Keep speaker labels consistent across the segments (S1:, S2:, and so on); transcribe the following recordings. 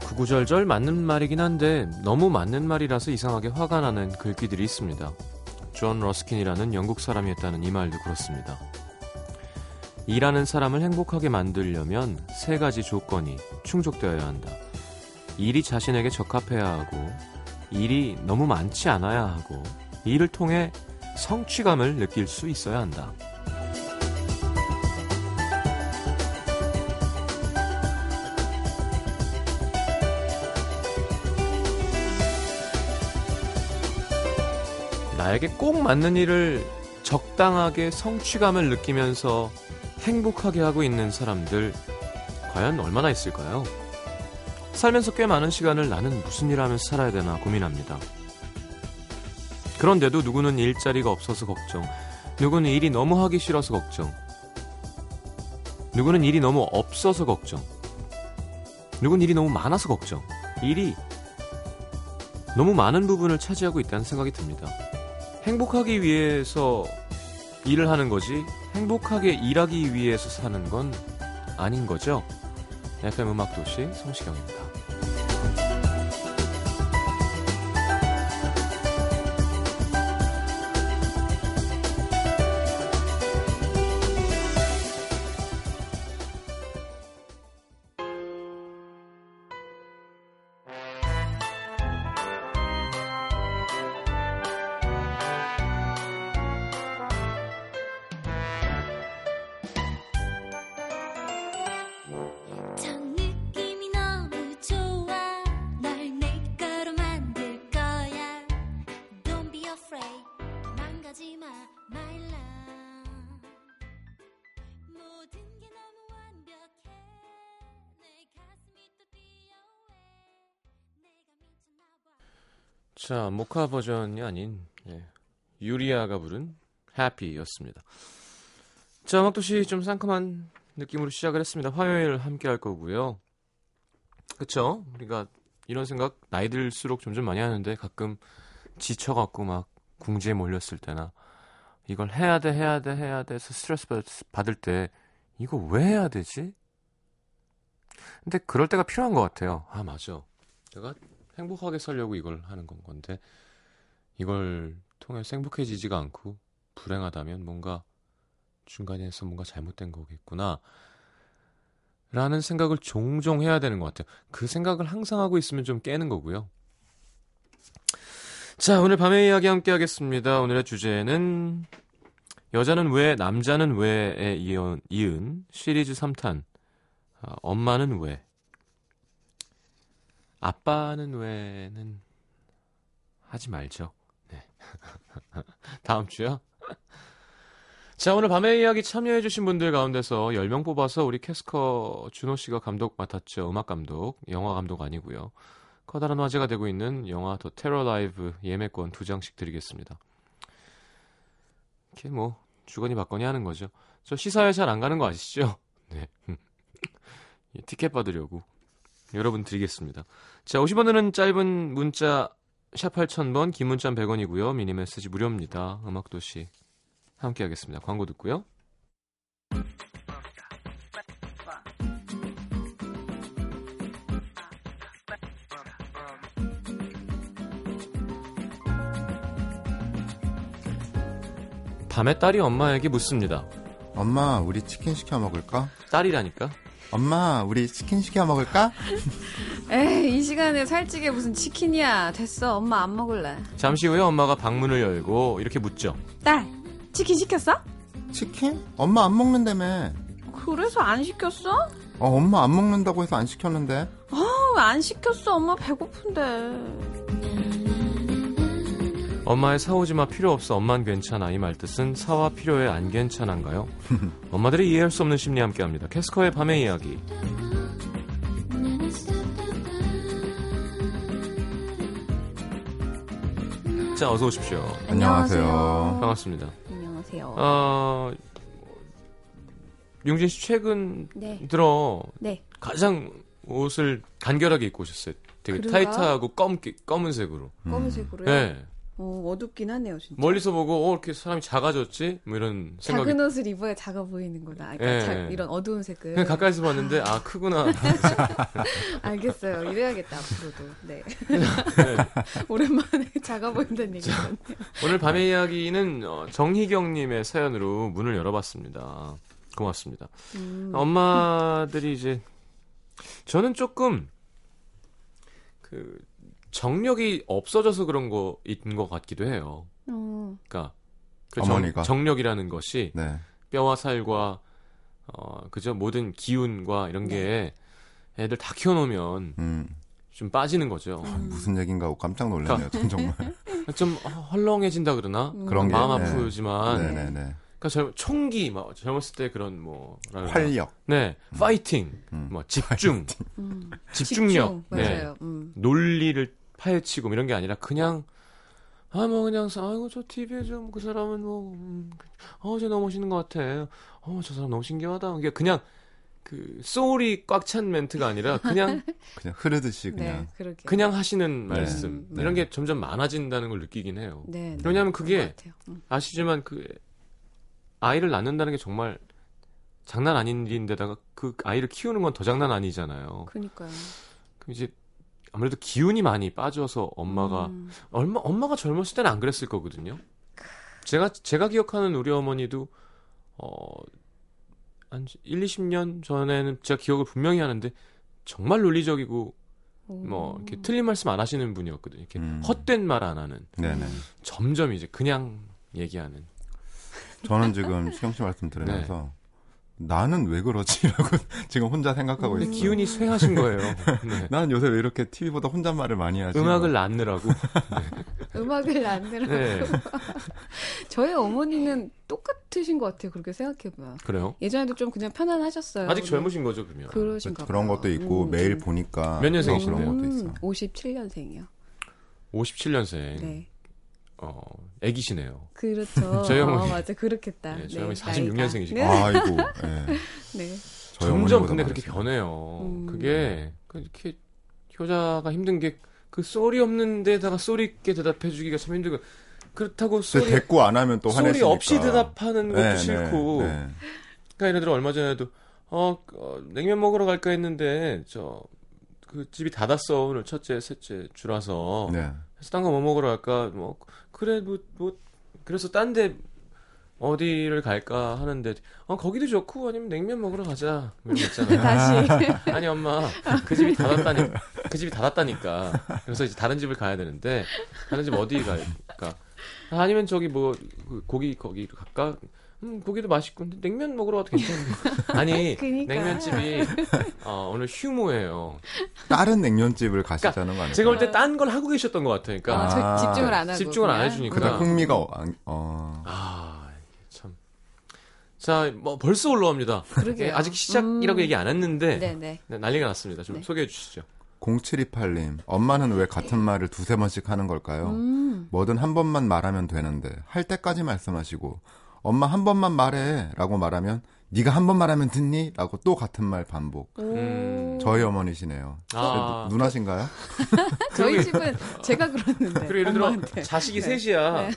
S1: 구구절절 맞는 말이긴 한데 너무 맞는 말이라서 이상하게 화가 나는 글귀들이 있습니다. 존 러스킨이라는 영국 사람이었다는 이 말도 그렇습니다. 일하는 사람을 행복하게 만들려면 세 가지 조건이 충족되어야 한다. 일이 자신에게 적합해야 하고, 일이 너무 많지 않아야 하고, 일을 통해 성취감을 느낄 수 있어야 한다. 나에게 꼭 맞는 일을 적당하게 성취감을 느끼면서 행복하게 하고 있는 사람들 과연 얼마나 있을까요? 살면서 꽤 많은 시간을 나는 무슨 일을 하면서 살아야 되나 고민합니다. 그런데도 누구는 일자리가 없어서 걱정, 누구는 일이 너무 하기 싫어서 걱정, 누구는 일이 너무 없어서 걱정, 누구는 일이 너무 많아서 걱정, 일이 너무 많은 부분을 차지하고 있다는 생각이 듭니다. 행복하기 위해서 일을 하는 거지 행복하게 일하기 위해서 사는 건 아닌 거죠. FM 음악 도시 성시경입니다.
S2: 첫 느낌이 너무 좋아 널 내 거로 만들 거야 Don't be afraid 망가지마 my love 모든 게 너무 완벽해 내 가슴이 또 뛰어왜 내가 미쳤나봐
S1: 자, 모카 버전이 아닌 예, 유리아가 부른 해피였습니다. 자, 음악도시 좀 상큼한 느낌으로 시작을 했습니다. 화요일 함께 할 거고요. 그쵸? 우리가 이런 생각 나이 들수록 점점 많이 하는데 가끔 지쳐갖고 막 궁지에 몰렸을 때나 이걸 해야 돼, 해야 돼, 해야 돼 해서 스트레스 받- 받을 때 이거 왜 해야 되지? 근데 그럴 때가 필요한 것 같아요. 아, 맞아. 내가 행복하게 살려고 이걸 하는 건 건데 이걸 통해서 행복해지지가 않고 불행하다면 뭔가 중간에서 뭔가 잘못된 거겠구나 라는 생각을 종종 해야 되는 것 같아요. 그 생각을 항상 하고 있으면 좀 깨는 거고요. 자, 오늘 밤의 이야기 함께 하겠습니다. 오늘의 주제는 여자는 왜, 남자는 왜에 이은, 이은 시리즈 3탄 아, 엄마는 왜 아빠는 왜는 하지 말죠. 네. 다음 주요. 자, 오늘 밤의 이야기 참여해주신 분들 가운데서 10명 뽑아서 우리 캐스커 준호 씨가 감독 맡았죠. 음악 감독, 영화 감독 아니고요. 커다란 화제가 되고 있는 영화 더 테러 라이브 예매권 2장씩 드리겠습니다. 이렇게 뭐 주거니 받거니 하는 거죠. 저 시사회 잘 안 가는 거 아시죠? 네. 이 티켓 받으려고 여러분 드리겠습니다. 자, 50원은 짧은 문자 샵 8000번, 긴 문자 100원이고요. 미니 메시지 무료입니다. 음악도시 함께 하겠습니다. 광고 듣고요. 밤에 딸이 엄마에게 묻습니다.
S3: 엄마, 우리 치킨 시켜 먹을까?
S1: 딸이라니까?
S3: 엄마, 우리 치킨 시켜 먹을까?
S4: 에이, 이 시간에 살찌게 무슨 치킨이야. 됐어. 엄마 안 먹을래.
S1: 잠시 후에 엄마가 방문을 열고 이렇게 묻죠.
S4: 딸, 치킨 시켰어?
S3: 치킨? 엄마 안 먹는다며.
S4: 그래서 안 시켰어?
S3: 어, 엄마 안 먹는다고 해서 안 시켰는데.
S4: 어, 안 시켰어. 엄마 배고픈데.
S1: 엄마의 사오지 마 필요 없어 엄만 괜찮아 이 말뜻은 사와 필요해 안 괜찮은가요? 엄마들이 이해할 수 없는 심리 함께 합니다. 캐스커의 밤의 이야기. 자 어서 오십시오.
S3: 안녕하세요.
S1: 반갑습니다.
S4: 안녕하세요.
S1: 어, 용진 씨 최근
S4: 네.
S1: 들어
S4: 네.
S1: 가장 옷을 간결하게 입고 오셨어요. 되게
S4: 그런가?
S1: 타이트하고 검 검은색으로.
S4: 검은색으로요?
S1: 네.
S4: 어, 어둡긴 하네요, 진짜.
S1: 멀리서 보고 어 이렇게 사람이 작아졌지 뭐 이런 생각이
S4: 작은 옷을 입어야 작아 보이는구나. 아,
S1: 예.
S4: 그러니까 작- 이런 어두운 색을.
S1: 그냥 가까이서 봤는데 아 크구나
S4: 알겠어요. 이래야겠다 앞으로도. 네. 오랜만에 작아 보인다는 얘기.
S1: 오늘 밤의 이야기는 어, 정희경님의 사연으로 문을 열어봤습니다. 고맙습니다.
S4: 음.
S1: 엄마들이 이제 저는 조금 그 정력이 없어져서 그런 거인 것 같기도 해요.
S4: 어.
S1: 그러니까 그 정,
S3: 어머니가?
S1: 정력이라는 것이
S3: 네.
S1: 뼈와 살과 어 그저 모든 기운과 이런
S4: 네.
S1: 게 애들 다 키워놓으면
S3: 음.
S1: 좀 빠지는 거죠.
S4: 음.
S3: 무슨 얘긴가 하고 깜짝
S1: 아,
S3: 놀랐네요. 전 정말.
S1: 좀 아, 헐렁해진다 그러나
S4: 음.
S3: 그런 게.
S1: 마음
S3: 네.
S1: 아프지만
S3: 네네네.
S1: 그러니까 젊, 총기 막 젊었을 때 그런 뭐
S3: 활력.
S1: 네 파이팅
S3: 음.
S1: 뭐 집중
S4: 음.
S1: 집중력 네.
S4: 집중, 맞아요. 음.
S1: 논리를 파헤치고 뭐 이런 게 아니라 그냥 아 뭐 그냥 사- 아이고 저 TV에 좀 그 사람은 음, 뭐어저 너무 멋있는 것 같아 어저 사람 너무 신기하다 이게 그냥 그 소울이 꽉 찬 멘트가 아니라 그냥
S3: 그냥 흐르듯이
S4: 네,
S3: 그냥.
S4: 그렇게.
S1: 그냥 하시는
S3: 네.
S1: 말씀
S3: 네.
S1: 이런 게 점점 많아진다는 걸 느끼긴 해요
S4: 네. 네.
S1: 왜냐하면
S4: 그런
S1: 그게
S4: 것 같아요. 음.
S1: 아시지만 그 아이를 낳는다는 게 정말 장난 아닌 일인데다가 그 아이를 키우는 건 더 장난 아니잖아요.
S4: 그러니까요.
S1: 그럼 이제 아무래도 기운이 많이 빠져서 엄마가
S4: 음.
S1: 얼마 엄마가 젊었을 때는 안 그랬을 거거든요. 제가 제가 기억하는 우리 어머니도 어한 1, 20년 전에는 제가 기억을 분명히 하는데 정말 논리적이고 뭐
S4: 음.
S1: 이렇게 틀린 말씀 안 하시는 분이었거든요. 이렇게
S3: 음.
S1: 헛된 말 안 하는
S3: 네네.
S1: 점점 이제 그냥 얘기하는
S3: 저는 지금 수경 씨 말씀 들으면서
S1: 네.
S3: 나는 왜 그러지라고 지금 혼자
S4: 음.
S3: 생각하고
S1: 근데
S3: 있어요.
S1: 기운이 쇠하신 거예요. 네.
S3: 난 요새 왜 이렇게 TV보다 혼잣말을 많이 하지?
S1: 음악을 낳느라고.
S4: 음악을 안 들어.
S1: 네.
S4: 저희 어머니는 똑같으신 것 같아요. 그렇게 생각해 보면.
S1: 그래요?
S4: 예전에도 좀 그냥 편안하셨어요.
S1: 아직 젊으신 거죠, 그러면?
S4: 네. 그러신가
S3: 그, 런
S4: 봐요.
S3: 것도 있고
S4: 음,
S3: 매일
S4: 좀- 음,
S3: 보니까
S1: 몇 년생이신데요?
S3: 그런 것도 있어.
S4: 57년생이요.
S1: 57년생.
S4: 네.
S1: 어, 애기시네요.
S4: 그렇죠.
S1: 저희
S4: 어,
S1: 어머니.
S4: 맞아. 그렇겠다.
S1: 네, 저희
S4: 네,
S1: 어머니
S4: 나이가.
S1: 46년생 이시고.
S4: 네.
S3: 아이고. 예.
S4: 네.
S3: 저희
S1: 점점
S3: 어머니보다
S1: 근데 그렇게
S3: 많으시네요.
S1: 변해요.
S4: 음.
S1: 그게 그 이렇게 효자가 힘든 게 그 소리 없는 데다가 소리 있게 대답해 주기가 참 힘들고 그렇다고
S3: 근데
S1: 소리
S3: 대꾸 안 하면 또 화내시니까.
S1: 소리 없이 대답하는 것도
S3: 네,
S1: 싫고
S3: 네, 네.
S1: 그러니까 예를 들어 얼마 전에도 어, 어, 냉면 먹으러 갈까 했는데 저 그 집이 닫았어 오늘 첫째 셋째 주라서
S3: 네.
S1: 그래서 딴 거 뭐 먹으러 갈까? 뭐 그래 뭐 뭐 그래서 딴 데 어디를 갈까 하는데 어 거기도 좋고 아니면 냉면 먹으러 가자 뭐 이런 거 있잖아요.
S4: 네. 다시.
S1: 아니 엄마 그 집이 닫았다니 그 집이 닫았다니까 그래서 이제 다른 집을 가야 되는데 다른 집 어디 갈까? 아니면 저기 뭐그 고기 거기 갈까? 음 고기도 맛있고 근데 냉면 먹으러 가도 괜찮은데 아니
S4: 그니까.
S1: 냉면집이 어, 오늘 휴무예요.
S3: 다른 냉면집을 가시자는 거 아니에요?
S1: 그러니까 제가 볼 때 딴 걸 하고 계셨던 것 같아요. 그러니까
S4: 네. 아,
S3: 아,
S4: 저 집중을 안 하고.
S1: 집중을 안
S4: 그냥.
S1: 해주니까.
S3: 그다
S1: 그러니까.
S3: 흥미가 어- 안- 어.
S1: 아, 이게 참. 자, 뭐 벌써 올라옵니다.
S4: 그러게요.
S1: 예, 아직 시작이라고
S4: 음.
S1: 얘기 안 했는데
S4: 네, 네.
S1: 네, 난리가 났습니다. 좀
S4: 네.
S1: 소개해 주시죠.
S3: 0728님, 엄마는 왜 같은 말을 두세 번씩 하는 걸까요?
S4: 음.
S3: 뭐든 한 번만 말하면 되는데 할 때까지 말씀하시고 엄마 한 번만 말해라고 말하면 네가 한 번 말하면 듣니?라고 또 같은 말 반복.
S4: 오.
S1: 음.
S3: 저희 어머니시네요.
S1: 아,
S3: 누나신가요?
S4: 저희 집은 제가 그랬는데.
S1: 그리고 예를 들어
S4: 네. 엄마한테.
S1: 자식이
S4: 네. 음,
S1: 셋이야.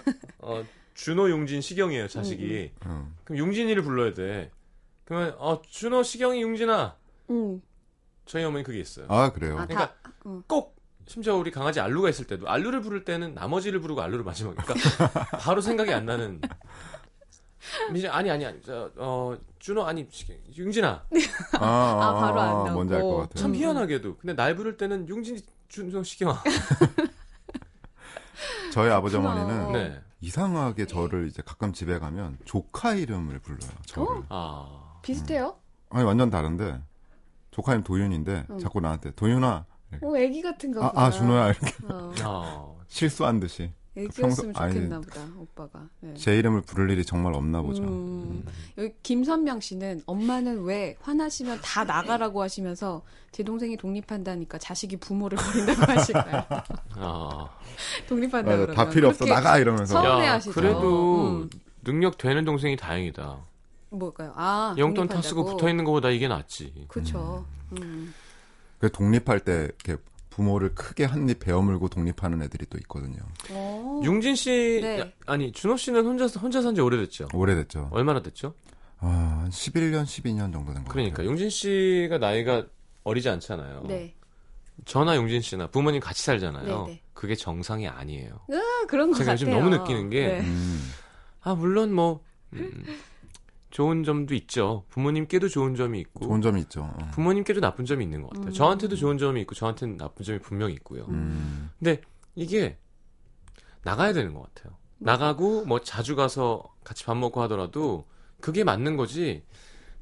S1: 어, 준호, 용진, 시경이에요. 자식이.
S3: 응.
S1: 그럼 용진이를 불러야 돼. 그러면 어, 준호, 시경이, 용진아.
S4: 음.
S1: 저희 어머니 그게 있어요.
S3: 아 그래요.
S4: 아,
S1: 그러니까
S4: 다. 음.
S1: 꼭 심지어 우리 강아지 알루가 있을 때도 알루를 부를 때는 나머지를 부르고 알루를 마지막에 그러니까 바로 생각이 안 나는 미진 아니 아니 아니 저, 어 준호 아니 융진아
S3: 아,
S4: 아, 바로 안 나오고.
S3: 뭔지 알 것 같아요.
S1: 참
S4: 음.
S1: 희한하게도 근데 날 부를 때는 융진이 준성 시경아
S3: 저희 아버지 어머니는
S1: 네.
S3: 이상하게 저를 이제 가끔 집에 가면 조카 이름을 불러요. 저를.
S1: 아
S4: 비슷해요?
S3: 아니 완전 다른데 조카 이름 도윤인데
S4: 음.
S3: 자꾸 나한테 도윤아.
S4: 오, 어, 애기 같은가
S3: 아,
S4: 보다.
S3: 아 준호야 이렇게
S4: 어,
S1: 아,
S3: 실수한 듯이
S4: 애기였으면
S3: 평소- 아니.
S4: 좋겠나 보다, 오빠가. 네.
S3: 제 이름을 부를 일이 정말 없나 보죠.
S4: 음. 여기 김선명 씨는 엄마는 왜 화나시면 다 나가라고 하시면서 제 동생이 독립한다니까 자식이 부모를 버린다고 하실까요?
S1: 아.
S4: 독립한다
S3: 맞아,
S4: 그러면
S3: 다 필요 없어
S4: 그렇게
S3: 나가 이러면서
S4: 서운해
S1: 야,
S4: 하시죠.
S1: 그래도
S4: 음.
S1: 능력 되는 동생이 다행이다
S4: 뭘까요? 아
S1: 영돈 다 쓰고
S4: 독립한다고.
S1: 붙어 있는 것보다 이게 낫지
S4: 그쵸. 음.
S3: 그 독립할 때 이렇게 부모를 크게 한입 베어물고 독립하는 애들이 또 있거든요.
S4: 어.
S1: 융진 씨
S4: 네.
S1: 아니 준호 씨는 혼자 혼자 산지 오래됐죠.
S3: 오래됐죠.
S1: 얼마나 됐죠?
S4: 어.
S3: 아, 한 11년, 12년 정도 된 것
S1: 그러니까
S3: 같아요.
S1: 용진 씨가 나이가 어리지 않잖아요.
S4: 네.
S1: 저나 용진 씨나 부모님 같이 살잖아요.
S4: 네, 네.
S1: 그게 정상이 아니에요.
S4: 아, 그런 것
S1: 제가
S4: 같아요.
S1: 요즘 너무 느끼는 게
S4: 네.
S3: 음,
S1: 아 물론 뭐 음, 좋은 점도 있죠. 부모님께도 좋은 점이 있고
S3: 좋은 점이 있죠. 어.
S1: 부모님께도 나쁜 점이 있는 것 같아요.
S4: 음.
S1: 저한테도 좋은 점이 있고 저한테는 나쁜 점이 분명히 있고요.
S3: 음,
S1: 근데 이게 나가야 되는 것 같아요.
S4: 맞아.
S1: 나가고 뭐 자주 가서 같이 밥 먹고 하더라도 그게 맞는 거지.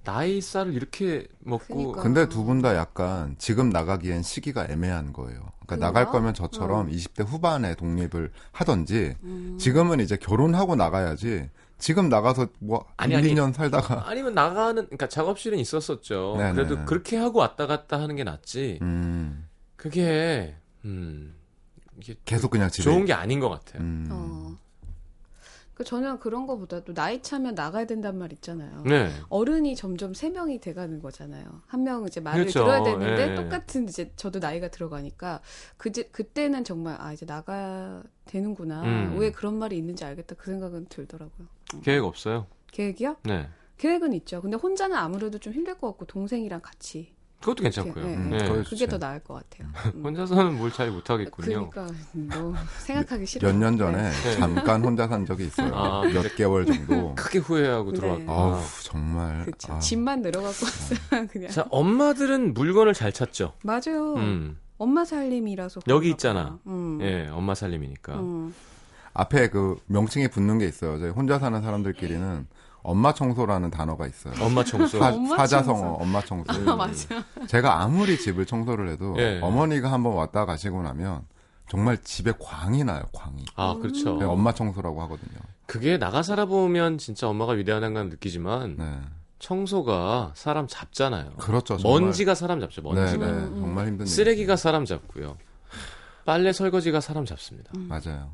S1: 나이 쌀을 이렇게 먹고
S4: 그러니까.
S3: 근데 두 분 다 약간 지금 나가기엔 시기가 애매한 거예요. 그러니까
S4: 그래요? 어.
S3: 나갈 거면 저처럼 20대 후반에 독립을 하던지
S4: 음.
S3: 지금은 이제 결혼하고 나가야지 지금 나가서 뭐
S1: 아니,
S3: 1,
S1: 아니.
S3: 2년 살다가
S1: 아니면 나가는 그러니까 작업실은 있었었죠.
S3: 네네.
S1: 그래도 그렇게 하고 왔다 갔다 하는 게 낫지.
S3: 음,
S1: 그게 음 이게
S3: 계속 그냥 집에
S1: 좋은 게 아닌 것 같아요.
S3: 음,
S4: 어. 그 저는 그런 거보다도 나이 차면 나가야 된단 말 있잖아요.
S1: 네.
S4: 어른이 점점 세 명이 돼가는 거잖아요. 한 명은 이제 말을
S1: 그렇죠.
S4: 들어야 되는데
S1: 예.
S4: 똑같은 이제 저도 나이가 들어가니까 그 그때는 정말 아 이제 나가 되는구나.
S1: 음.
S4: 왜 그런 말이 있는지 알겠다 그 생각은 들더라고요.
S1: 계획 없어요.
S4: 계획이요?
S1: 네.
S4: 계획은 있죠. 근데 혼자는 아무래도 좀 힘들 것 같고 동생이랑 같이
S1: 그것도 괜찮고요.
S4: 네,
S3: 음,
S1: 네.
S3: 그거
S4: 그게
S3: 좋지.
S4: 더 나을 것 같아요. 음.
S1: 혼자서는 뭘 잘 못하겠군요.
S4: 그러니까 뭐 생각하기 싫어.
S3: 몇 년 전에
S4: 네.
S3: 잠깐 혼자 산 적이 있어요.
S1: 아,
S3: 몇 개월 정도.
S1: 크게 후회하고
S4: 네.
S1: 들어왔고.
S3: 아우 정말.
S4: 그렇죠.
S3: 아,
S4: 집만 늘어갖고 왔어요 그냥.
S1: 자, 엄마들은 물건을 잘 찾죠.
S4: 맞아요.
S1: 음.
S4: 엄마 살림이라서
S1: 여기
S4: 그런가
S1: 있잖아.
S4: 봐요. 음.
S1: 예, 엄마 살림이니까.
S4: 음.
S3: 앞에 그 명칭이 붙는 게 있어요. 저희 혼자 사는 사람들끼리는 엄마 청소라는 단어가 있어요.
S1: 엄마 음. 청소.
S3: 사,
S4: 네. 엄마
S3: 사자성어
S4: 청소.
S3: 엄마 청소.
S4: 아, 맞아요.
S3: 제가 아무리 집을 청소를 해도
S1: 예.
S3: 어머니가 한번 왔다 가시고 나면 정말 집에 광이 나요. 광이.
S1: 아, 그렇죠.
S3: 그래서 네, 엄마 청소라고 하거든요.
S1: 그게 나가 살아보면 진짜 엄마가 위대하다는 건 느끼지만
S3: 네.
S1: 청소가 사람 잡잖아요.
S3: 그렇죠. 정말.
S1: 먼지가 사람 잡죠.
S3: 네,
S1: 먼지가.
S3: 네.
S4: 음, 음.
S3: 정말 힘든
S1: 쓰레기가 사람 잡고요. 빨래 설거지가 사람 잡습니다.
S3: 얘기죠. 맞아요.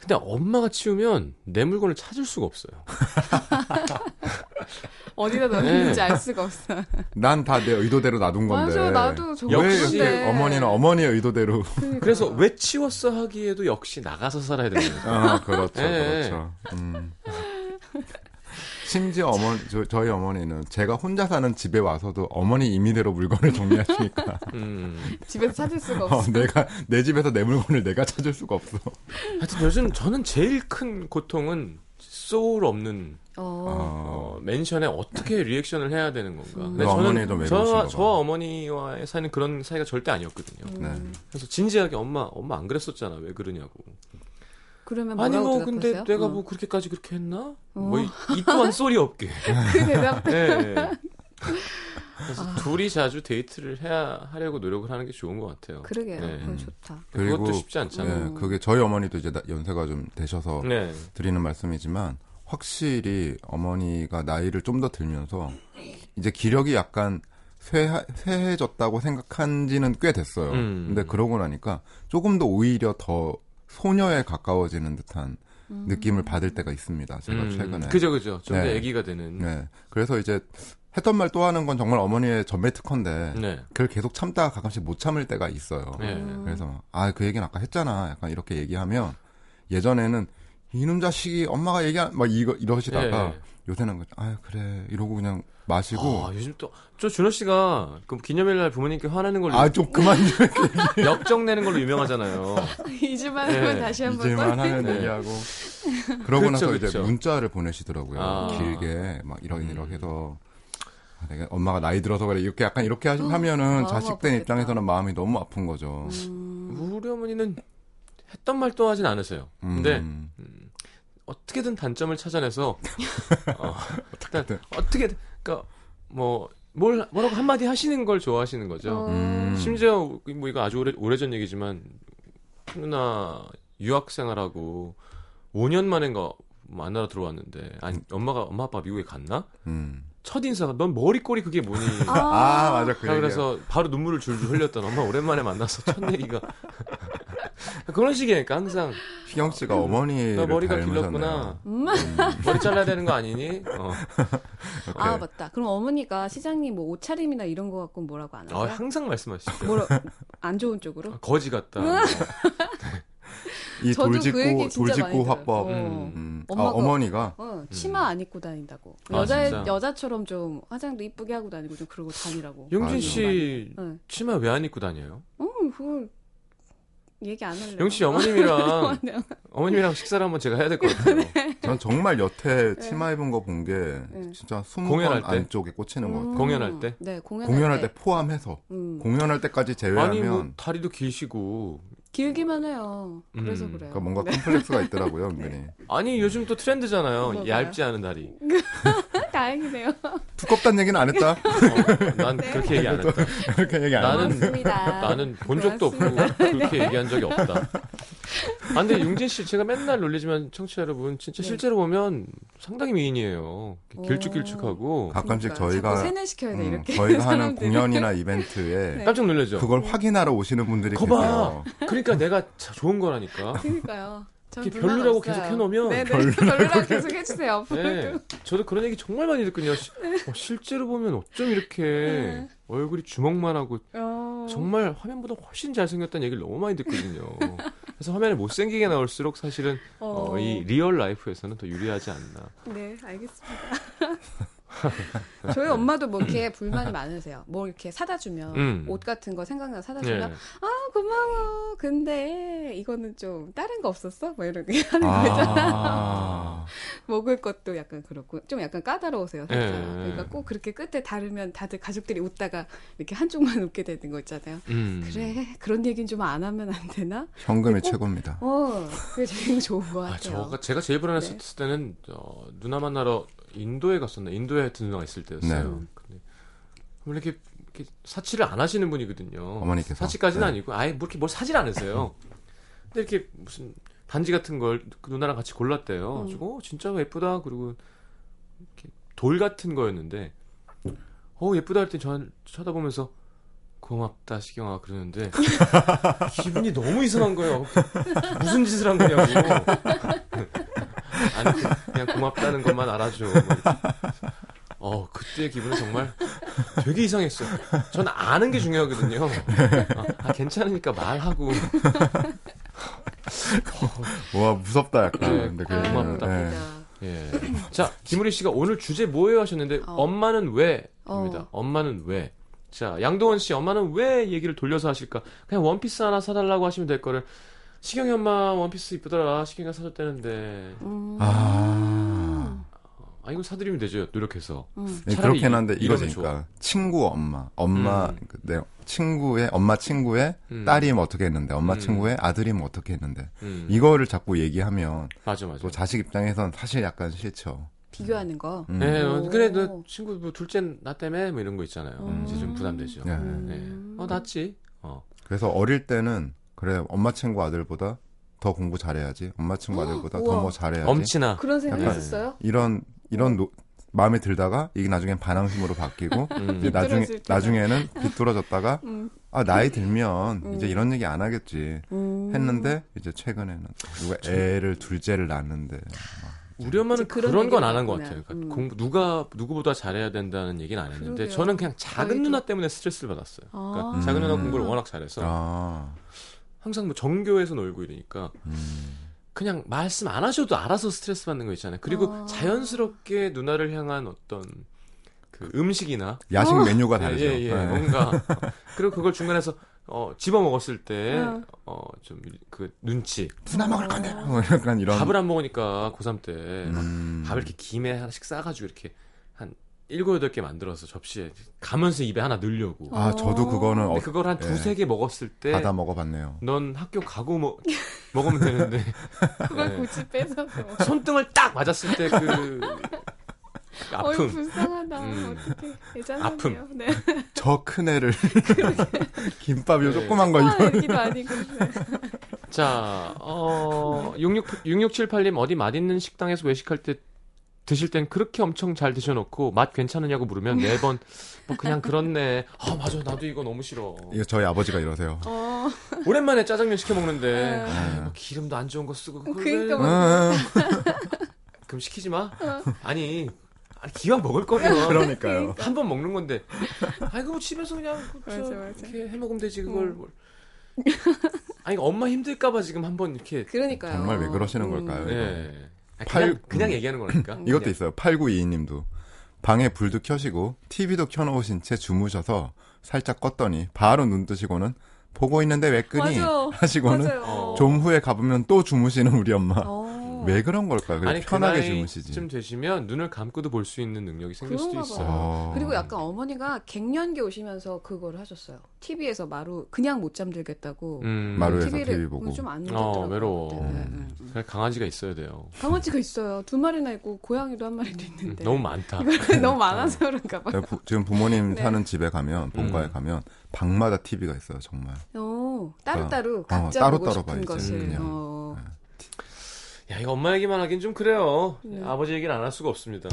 S1: 근데 엄마가 치우면 내 물건을 찾을 수가 없어요.
S4: 어디다
S1: 네.
S4: 넣는지 알 수가 없어.
S3: 난 다 내 의도대로 놔둔 건데.
S4: 맞아, 나도
S1: 역시
S3: 왜
S4: 정말
S3: 역시
S4: 그런데. 그러니까.
S3: 어머니는 어머니의 의도대로.
S1: 그래서 왜 치웠어 하기에도 역시 나가서 살아야 되는 거죠.
S3: 아, 그렇죠,
S1: 예.
S3: 그렇죠. 음. 심지어 어머니, 저, 희 어머니는 제가 혼자 사는 집에 와서도 어머니 임의대로 물건을 정리하시니까
S1: 음.
S4: 집에서 찾을 수가
S3: 어,
S4: 없어.
S3: 내가 내 집에서 내 물건을 내가 찾을 수가 없어.
S1: 하여튼 요즘 저는 제일 큰 고통은 소울 없는
S4: 어.
S3: 어,
S1: 어, 맨션에 어떻게 리액션을 해야 되는 건가. 근데
S3: 그
S1: 저는
S3: 어머니도 외로우신가
S1: 저와,
S3: 봐요.
S1: 저와 어머니와의 사이는 그런 사이가 절대
S4: 음.
S1: 아니었거든요.
S3: 네.
S1: 그래서 진지하게 엄마, 엄마 안 그랬었잖아. 왜 그러냐고.
S4: 그러면 뭐라고
S1: 아니 뭐 근데
S4: 대답하세요?
S1: 내가
S4: 어.
S1: 뭐 그렇게까지 그렇게 했나?
S4: 어.
S1: 뭐 이 또한 소리 없게.
S4: 그 대답.
S1: 예, 예. 그래서
S4: 아.
S1: 둘이 자주 데이트를 해야 하려고 노력을 하는 게 좋은 것 같아요.
S4: 그러게요.
S1: 네.
S4: 그건 좋다.
S1: 그것도
S3: 그리고-
S1: 쉽지 않잖아요.
S3: 네, 그게 저희 어머니도 이제 나- 연세가 좀 되셔서
S1: 어. 네.
S3: 드리는 말씀이지만 확실히 어머니가 나이를 좀 더 들면서 이제 기력이 약간 쇠하, 쇠해졌다고 생각한지는 꽤 됐어요.
S1: 음.
S3: 근데 그러고 나니까 조금 더 오히려 더 소녀에 가까워지는 듯한 느낌을 받을 때가 있습니다. 제가
S1: 음,
S3: 최근에.
S1: 그죠 그죠. 좀 더
S3: 네.
S1: 애기가 되는. 네.
S3: 네. 그래서 이제 했던 말 또 하는 건 정말 어머니의 전매 특허인데
S1: 네.
S3: 그걸 계속 참다가 가끔씩 못 참을 때가 있어요.
S4: 음.
S3: 그래서 막, 아, 그 얘기는 아까 했잖아. 약간 이렇게 얘기하면 예전에는 이놈 자식이 엄마가 얘기한 막 이거 이러시다가
S1: 예.
S3: 요새는 그냥, 아 그래 이러고 그냥 마시고
S1: 아, 요즘 또 저 준호 씨가 그 기념일 날 부모님께 화내는 걸로
S3: 아 네. 좀 그만 좀
S1: 역정 내는 걸로 유명하잖아요.
S4: 이즈만
S1: 네.
S4: 하면 다시 한번
S3: 이제만
S4: 썰.
S3: 하는 얘기하고 그러고
S1: 그쵸,
S3: 나서 이제
S1: 그쵸.
S3: 문자를 보내시더라고요.
S1: 아. 음.
S3: 길게 막 이런 이렇게 해서 아, 내가 엄마가 나이 들어서 그래 이렇게 약간 이렇게 하시- 하면은
S4: 마음
S3: 자식된
S4: 아프겠다.
S3: 입장에서는 마음이 너무 아픈 거죠.
S4: 음.
S1: 우리 어머니는 했던 말도 하진 않으세요. 근데
S3: 음.
S1: 어떻게든 단점을 찾아내서 어,
S3: 어떻게든.
S1: 어떻게 그러니까 뭐 뭘, 뭐라고 한마디 하시는 걸 좋아하시는 거죠.
S4: 어.
S3: 음.
S1: 심지어 뭐 이거 아주 오래 오래전 얘기지만 누나 유학 생활하고 5년 만인가 만나러 들어왔는데 아니 엄마가 엄마 아빠 미국에 갔나?
S3: 음.
S1: 첫 인사가 넌 머리꼬리 그게 뭐니?
S3: 아, 맞아 그
S1: 그래서 바로 눈물을 줄줄 흘렸던 엄마 오랜만에 만나서 첫 얘기가 그런 식이니까 항상
S3: 희경 씨가 어머니를
S1: 너 머리가
S3: 닮으셨네요.
S1: 길렀구나.
S4: 음.
S1: 머리 잘라야 되는 거 아니니? 어.
S4: 아 맞다. 그럼 어머니가 시장님 뭐 옷차림이나 이런 거 갖고 뭐라고 안
S1: 어,
S4: 하세요?
S1: 항상 말씀하시죠.
S4: 뭐라 안 좋은 쪽으로?
S1: 거지 같다.
S4: 아.
S3: 이
S4: 저도 그
S3: 돌직구
S4: 얘기 진짜 많이
S3: 돌직구
S4: 들어요.
S3: 화법.
S4: 어.
S1: 음.
S3: 음. 아,
S4: 엄마가-
S3: 어머니가
S4: 어, 치마 안 입고 다닌다고.
S1: 아,
S4: 여자
S1: 진짜?
S4: 여자처럼 좀 화장도 이쁘게 하고 다니고 좀 그러고 다니라고.
S1: 용진
S3: 맞아.
S1: 씨
S4: 응.
S1: 치마 왜 안 입고 다녀요?
S4: 음, 그걸 얘기 안 할래.
S1: 영씨 어머님이랑 어머님이랑 식사를 한번 제가 해야 될 것 같아요.
S3: 전 정말 여태 치마 입은 거 본 게
S4: 네.
S3: 진짜 20번
S1: 공연할 때?
S3: 안쪽에 꽂히는 것 같아요.
S1: 뭐 공연할 때?
S4: 네, 공연할,
S3: 공연할 때 포함해서
S4: 음,
S3: 공연할 때까지 제외하면
S1: 아니 뭐 다리도 기시고
S4: 길기만 해요. 그래서
S1: 음,
S4: 그래요.
S3: 그러니까 뭔가 컴플렉스가 있더라고요,
S4: 네.
S3: 은근히.
S1: 아니 요즘 또 트렌드잖아요.
S4: 뭐가요?
S1: 얇지 않은 다리.
S4: 네. 다행이네요.
S3: 두껍다는 얘기는 안 했다.
S1: 어, 난 그렇게 얘기 안 했다.
S3: 그렇게 얘기 안 했다.
S1: 나는-
S4: 고맙습니다.
S1: 나는 본 적도 없고
S4: 고맙습니다. 네.
S1: 그렇게 얘기한 적이 없다. 아, 근데 용진 씨 제가 맨날 놀리지만 청취자 여러분 진짜
S4: 네.
S1: 실제로 보면 상당히 미인이에요.
S4: 오.
S1: 길쭉길쭉하고
S3: 가끔씩
S4: 그러니까
S3: 저희가
S4: 자꾸 세뇌시켜야 돼
S3: 음,
S4: 이렇게.
S3: 저희가 하는
S4: 사람들이.
S3: 공연이나 이벤트에
S4: 네.
S1: 깜짝 놀라죠.
S3: 그걸 확인하러 오시는 분들이
S1: 거봐.
S3: 계세요.
S1: 그러니까 내가 자- 좋은 거라니까.
S4: 그러니까요. 전
S1: 이렇게
S4: 불만
S1: 별로라고
S4: 없어요.
S1: 계속 해놓으면
S4: 네네. 별로라고 계속 해주세요.
S1: 네,
S4: 앞으로도.
S1: 저도 그런 얘기 정말 많이 듣거든요. 시- 어, 실제로 보면 어쩜 이렇게
S4: 네.
S1: 얼굴이 주먹만 하고
S4: 어.
S1: 정말 화면보다 훨씬 잘생겼다는 얘기를 너무 많이 듣거든요. 그래서 화면에 못생기게 나올수록 사실은 어,
S4: 어.
S1: 이 리얼 라이프에서는 더 유리하지 않나.
S4: 네, 알겠습니다. 저희 엄마도 뭐 이렇게 불만이 많으세요. 뭐 이렇게 사다 주면
S1: 음.
S4: 옷 같은 거 생각나 사다
S1: 예.
S4: 주면 아 고마워. 근데 이거는 좀 다른 거 없었어? 뭐 이렇게 하는 거죠.
S3: 아,
S4: 먹을 것도 약간 그렇고 좀 약간 까다로우세요. 살짝.
S1: 예.
S4: 그러니까 꼭 그렇게 끝에 다르면 다들 가족들이 웃다가 이렇게 한쪽만 웃게 되는 거 있잖아요.
S1: 음.
S4: 그래 그런 얘기는 좀 안 하면 안 되나?
S3: 현금이
S4: 꼭-
S3: 최고입니다.
S4: 어 그게 제일 좋은 거
S1: 아,
S4: 같아요.
S1: 저가 제가 제일 불안했을
S4: 네.
S1: 때는 어, 누나 만나러 인도에 갔었나 인도에 하여튼 누나가 있을 때였어요.
S4: 네.
S1: 근데 뭐 이렇게, 이렇게 사치를 안 하시는 분이거든요.
S3: 어머니께서.
S1: 사치까지는
S3: 네.
S1: 아니고 아예 뭐 이렇게 뭘 사질 않으세요. 근데 이렇게 무슨 반지 같은 걸그 누나랑 같이 골랐대요.
S4: 음.
S1: 그래서 어 진짜 예쁘다 그리고 이렇게 돌 같은 거였는데 어 예쁘다 할 때 저 쳐다보면서 고맙다 시경아 그러는데 기분이 너무 이상한 거예요. 무슨 짓을 한 거냐고. 아니 그냥 고맙다는 것만 알아줘. 뭐 이렇게. 어 그때 기분은 정말 되게 이상했어요. 저는 아는 게 중요하거든요. 아, 아, 괜찮으니까 말하고
S3: 와 무섭다 약간.
S1: 네,
S3: 근데 그
S4: 아,
S3: 얘기는.
S1: 고맙다.
S3: 네.
S4: 진짜.
S1: 예. 자 김우리 씨가 오늘 주제 뭐예요 하셨는데
S4: 어.
S1: 엄마는 왜입니다.
S4: 어.
S1: 엄마는 왜. 자 양동원 씨 엄마는 왜 얘기를 돌려서 하실까? 그냥 원피스 하나 사달라고 하시면 될 거를 시경이 엄마 원피스 이쁘더라 시경이가 사줬다는데
S4: 음.
S3: 아,
S1: 아 이건 사드리면 되죠 노력해서
S4: 음.
S3: 네,
S1: 차라리
S3: 그렇긴 한데
S1: 이- 이러면
S3: 이거니까 친구 엄마, 엄마
S1: 음.
S3: 그, 네, 친구의 엄마 친구의
S1: 음.
S3: 딸이 뭐 어떻게 했는데, 엄마
S1: 음.
S3: 친구의 아들이 뭐 어떻게 했는데
S1: 음. 그렇죠.
S3: 이거를 자꾸 얘기하면
S1: 맞아 맞아
S3: 또 자식 입장에선 사실 약간 싫죠.
S4: 비교하는 거.
S3: 음.
S1: 네, 어,
S4: 오.
S1: 그래 너 친구 뭐 둘째 나 때문에 뭐 이런 거 있잖아요.
S4: 음.
S1: 이제 좀 부담되죠.
S3: 네.
S1: 네. 어 낫지. 어.
S3: 그래서 어릴 때는 그래 엄마 친구 아들보다 더 공부 잘해야지, 엄마 친구 아들보다 더
S4: 우와.
S3: 뭐 잘해야지.
S1: 엄친아.
S4: 그런 생각
S1: 음. 약간-
S4: 있었어요?
S3: 이런 이런 노- 마음에 들다가 이게 나중엔 반항심으로 바뀌고
S1: 음.
S3: 이제 나중에
S4: 비뚤어질 때가.
S3: 나중에는 비뚤어졌다가
S4: 음.
S3: 아 나이 들면
S4: 음.
S3: 이제 이런 얘기 안 하겠지 했는데 이제 최근에는 누가 애를 둘째를 낳았는데
S1: 우리 엄마는
S4: 이제 그런
S1: 그런, 건 안 한 것
S4: 얘기가
S1: 같아요. 그러니까
S4: 있구나.
S1: 공부 누가 누구보다 잘해야 된다는 얘기는 안 했는데
S4: 그러게요.
S1: 저는 그냥 작은
S4: 저희도.
S1: 누나 때문에 스트레스를 받았어요. 그러니까
S4: 아.
S1: 작은 누나
S3: 음.
S1: 공부를 워낙 잘해서
S3: 아
S1: 항상 뭐 전교에서 놀고 이러니까
S3: 음,
S1: 그냥 말씀 안 하셔도 알아서 스트레스 받는 거 있잖아요. 그리고
S4: 아.
S1: 자연스럽게 누나를 향한 어떤 그 음식이나
S3: 야식
S4: 어.
S3: 메뉴가
S1: 예,
S3: 다르죠.
S1: 예, 예.
S3: 네.
S1: 뭔가 어, 그리고 그걸 중간에서 어, 집어 먹었을
S4: 응.
S1: 때 어 좀 그 눈치
S3: 누나 먹을 건데
S4: 아.
S3: 뭐 약간 이런
S1: 밥을 안 먹으니까 고3 때
S3: 음,
S1: 밥을 이렇게 김에 하나씩 싸가지고 이렇게 한 일곱 여덟 개 만들어서 접시에 가면서 입에 하나 넣으려고
S3: 아 저도 그거는 어,
S1: 근데 그걸 한
S3: 예.
S1: 두세 개 먹었을 때
S3: 받아
S1: 넌
S3: 먹어봤네요.
S1: 학교 가고 먹, 먹으면 되는데
S4: 그걸
S1: 예.
S3: 음.
S4: 굳이 뺏어서.
S1: 손등을 딱 맞았을 때 그
S4: 어이
S1: 아픔
S4: 불쌍하다.
S1: 음.
S4: 어떻게 애잔하네요. 네.
S3: 저 큰 애를 김밥 요
S1: 네.
S3: 조그만 거
S4: 아,
S3: 이거
S4: 애기도 아니고. 네.
S1: 자, 어, 66, 6678님, 어디 맛있는 식당에서 외식할 때 드실 땐 그렇게 엄청 잘 드셔놓고 맛 괜찮으냐고 물으면 매번 뭐 그냥 그렇네. 아 맞아 나도 이거 너무 싫어.
S3: 이거 저희 아버지가 이러세요.
S4: 어,
S1: 오랜만에 짜장면 시켜 먹는데
S4: 네.
S1: 아, 뭐 기름도 안 좋은 거 쓰고 그걸
S4: 그러니까 어.
S1: 왜-
S3: 응, 응.
S1: 그럼 시키지 마. 아니 아니 기왕 먹을 거면
S3: 그러니까요.
S1: 한 번 먹는 건데. 아이 그뭐 집에서 그냥 그 저,
S4: 맞아, 맞아.
S1: 이렇게 해 먹으면 되지 그걸.
S4: 음.
S1: 뭘. 아니 엄마 힘들까봐 지금 한번 이렇게.
S4: 그러니까요.
S3: 정말 왜 그러시는
S4: 음.
S3: 걸까요?
S1: 예. 아, 그냥,
S3: 팔-
S1: 그냥
S3: 음.
S1: 얘기하는 거니까.
S3: 이것도
S4: 네.
S1: 그냥.
S3: 있어요. 8922님도. 방에 불도 켜시고, TV도 켜놓으신 채 주무셔서 살짝 껐더니, 바로 눈 뜨시고는, 보고 있는데 왜 끄니?
S4: 맞아.
S3: 하시고는,
S4: 맞아요.
S1: 어.
S3: 좀 후에 가보면 또 주무시는 우리 엄마.
S4: 어.
S3: 왜 그런 걸까요? 그냥
S1: 아니
S3: 편하게
S1: 그
S3: 주무시지.
S1: 나이쯤 되시면 눈을 감고도 볼 수 있는 능력이 생길 수도
S4: 그런가
S1: 있어요.
S4: 봐요.
S3: 어.
S4: 그리고 약간 어머니가 갱년기 오시면서 그거를 하셨어요. TV에서 마루 그냥 못 잠들겠다고.
S1: 음,
S3: 마루에-
S1: 그래서
S3: TV에서 TV 보고.
S4: 좀안
S1: 어,
S4: 좋더라고요.
S1: 외로워.
S3: 네,
S4: 음.
S1: 강아지가 있어야 돼요.
S4: 강아지가 있어요. 두 마리나 있고 고양이도 한 마리도 있는데.
S1: 너무 많다.
S4: 네.
S1: 어.
S4: 너무 많아서 그런가 봐요.
S3: 네, 부- 지금 부모님
S4: 네.
S3: 사는 집에 가면, 본가에
S1: 음.
S3: 가면, 방마다 TV가 있어요, 정말.
S4: 어, 따로따로
S3: 그러니까,
S4: 각자
S3: 어, 네. 따로따로
S4: 보고 싶은
S3: 봐야지,
S4: 것을.
S3: 그냥. 네.
S4: 어.
S1: 야 이거 엄마 얘기만 하긴 좀 그래요.
S4: 네.
S1: 아버지 얘기를 안 할 수가 없습니다.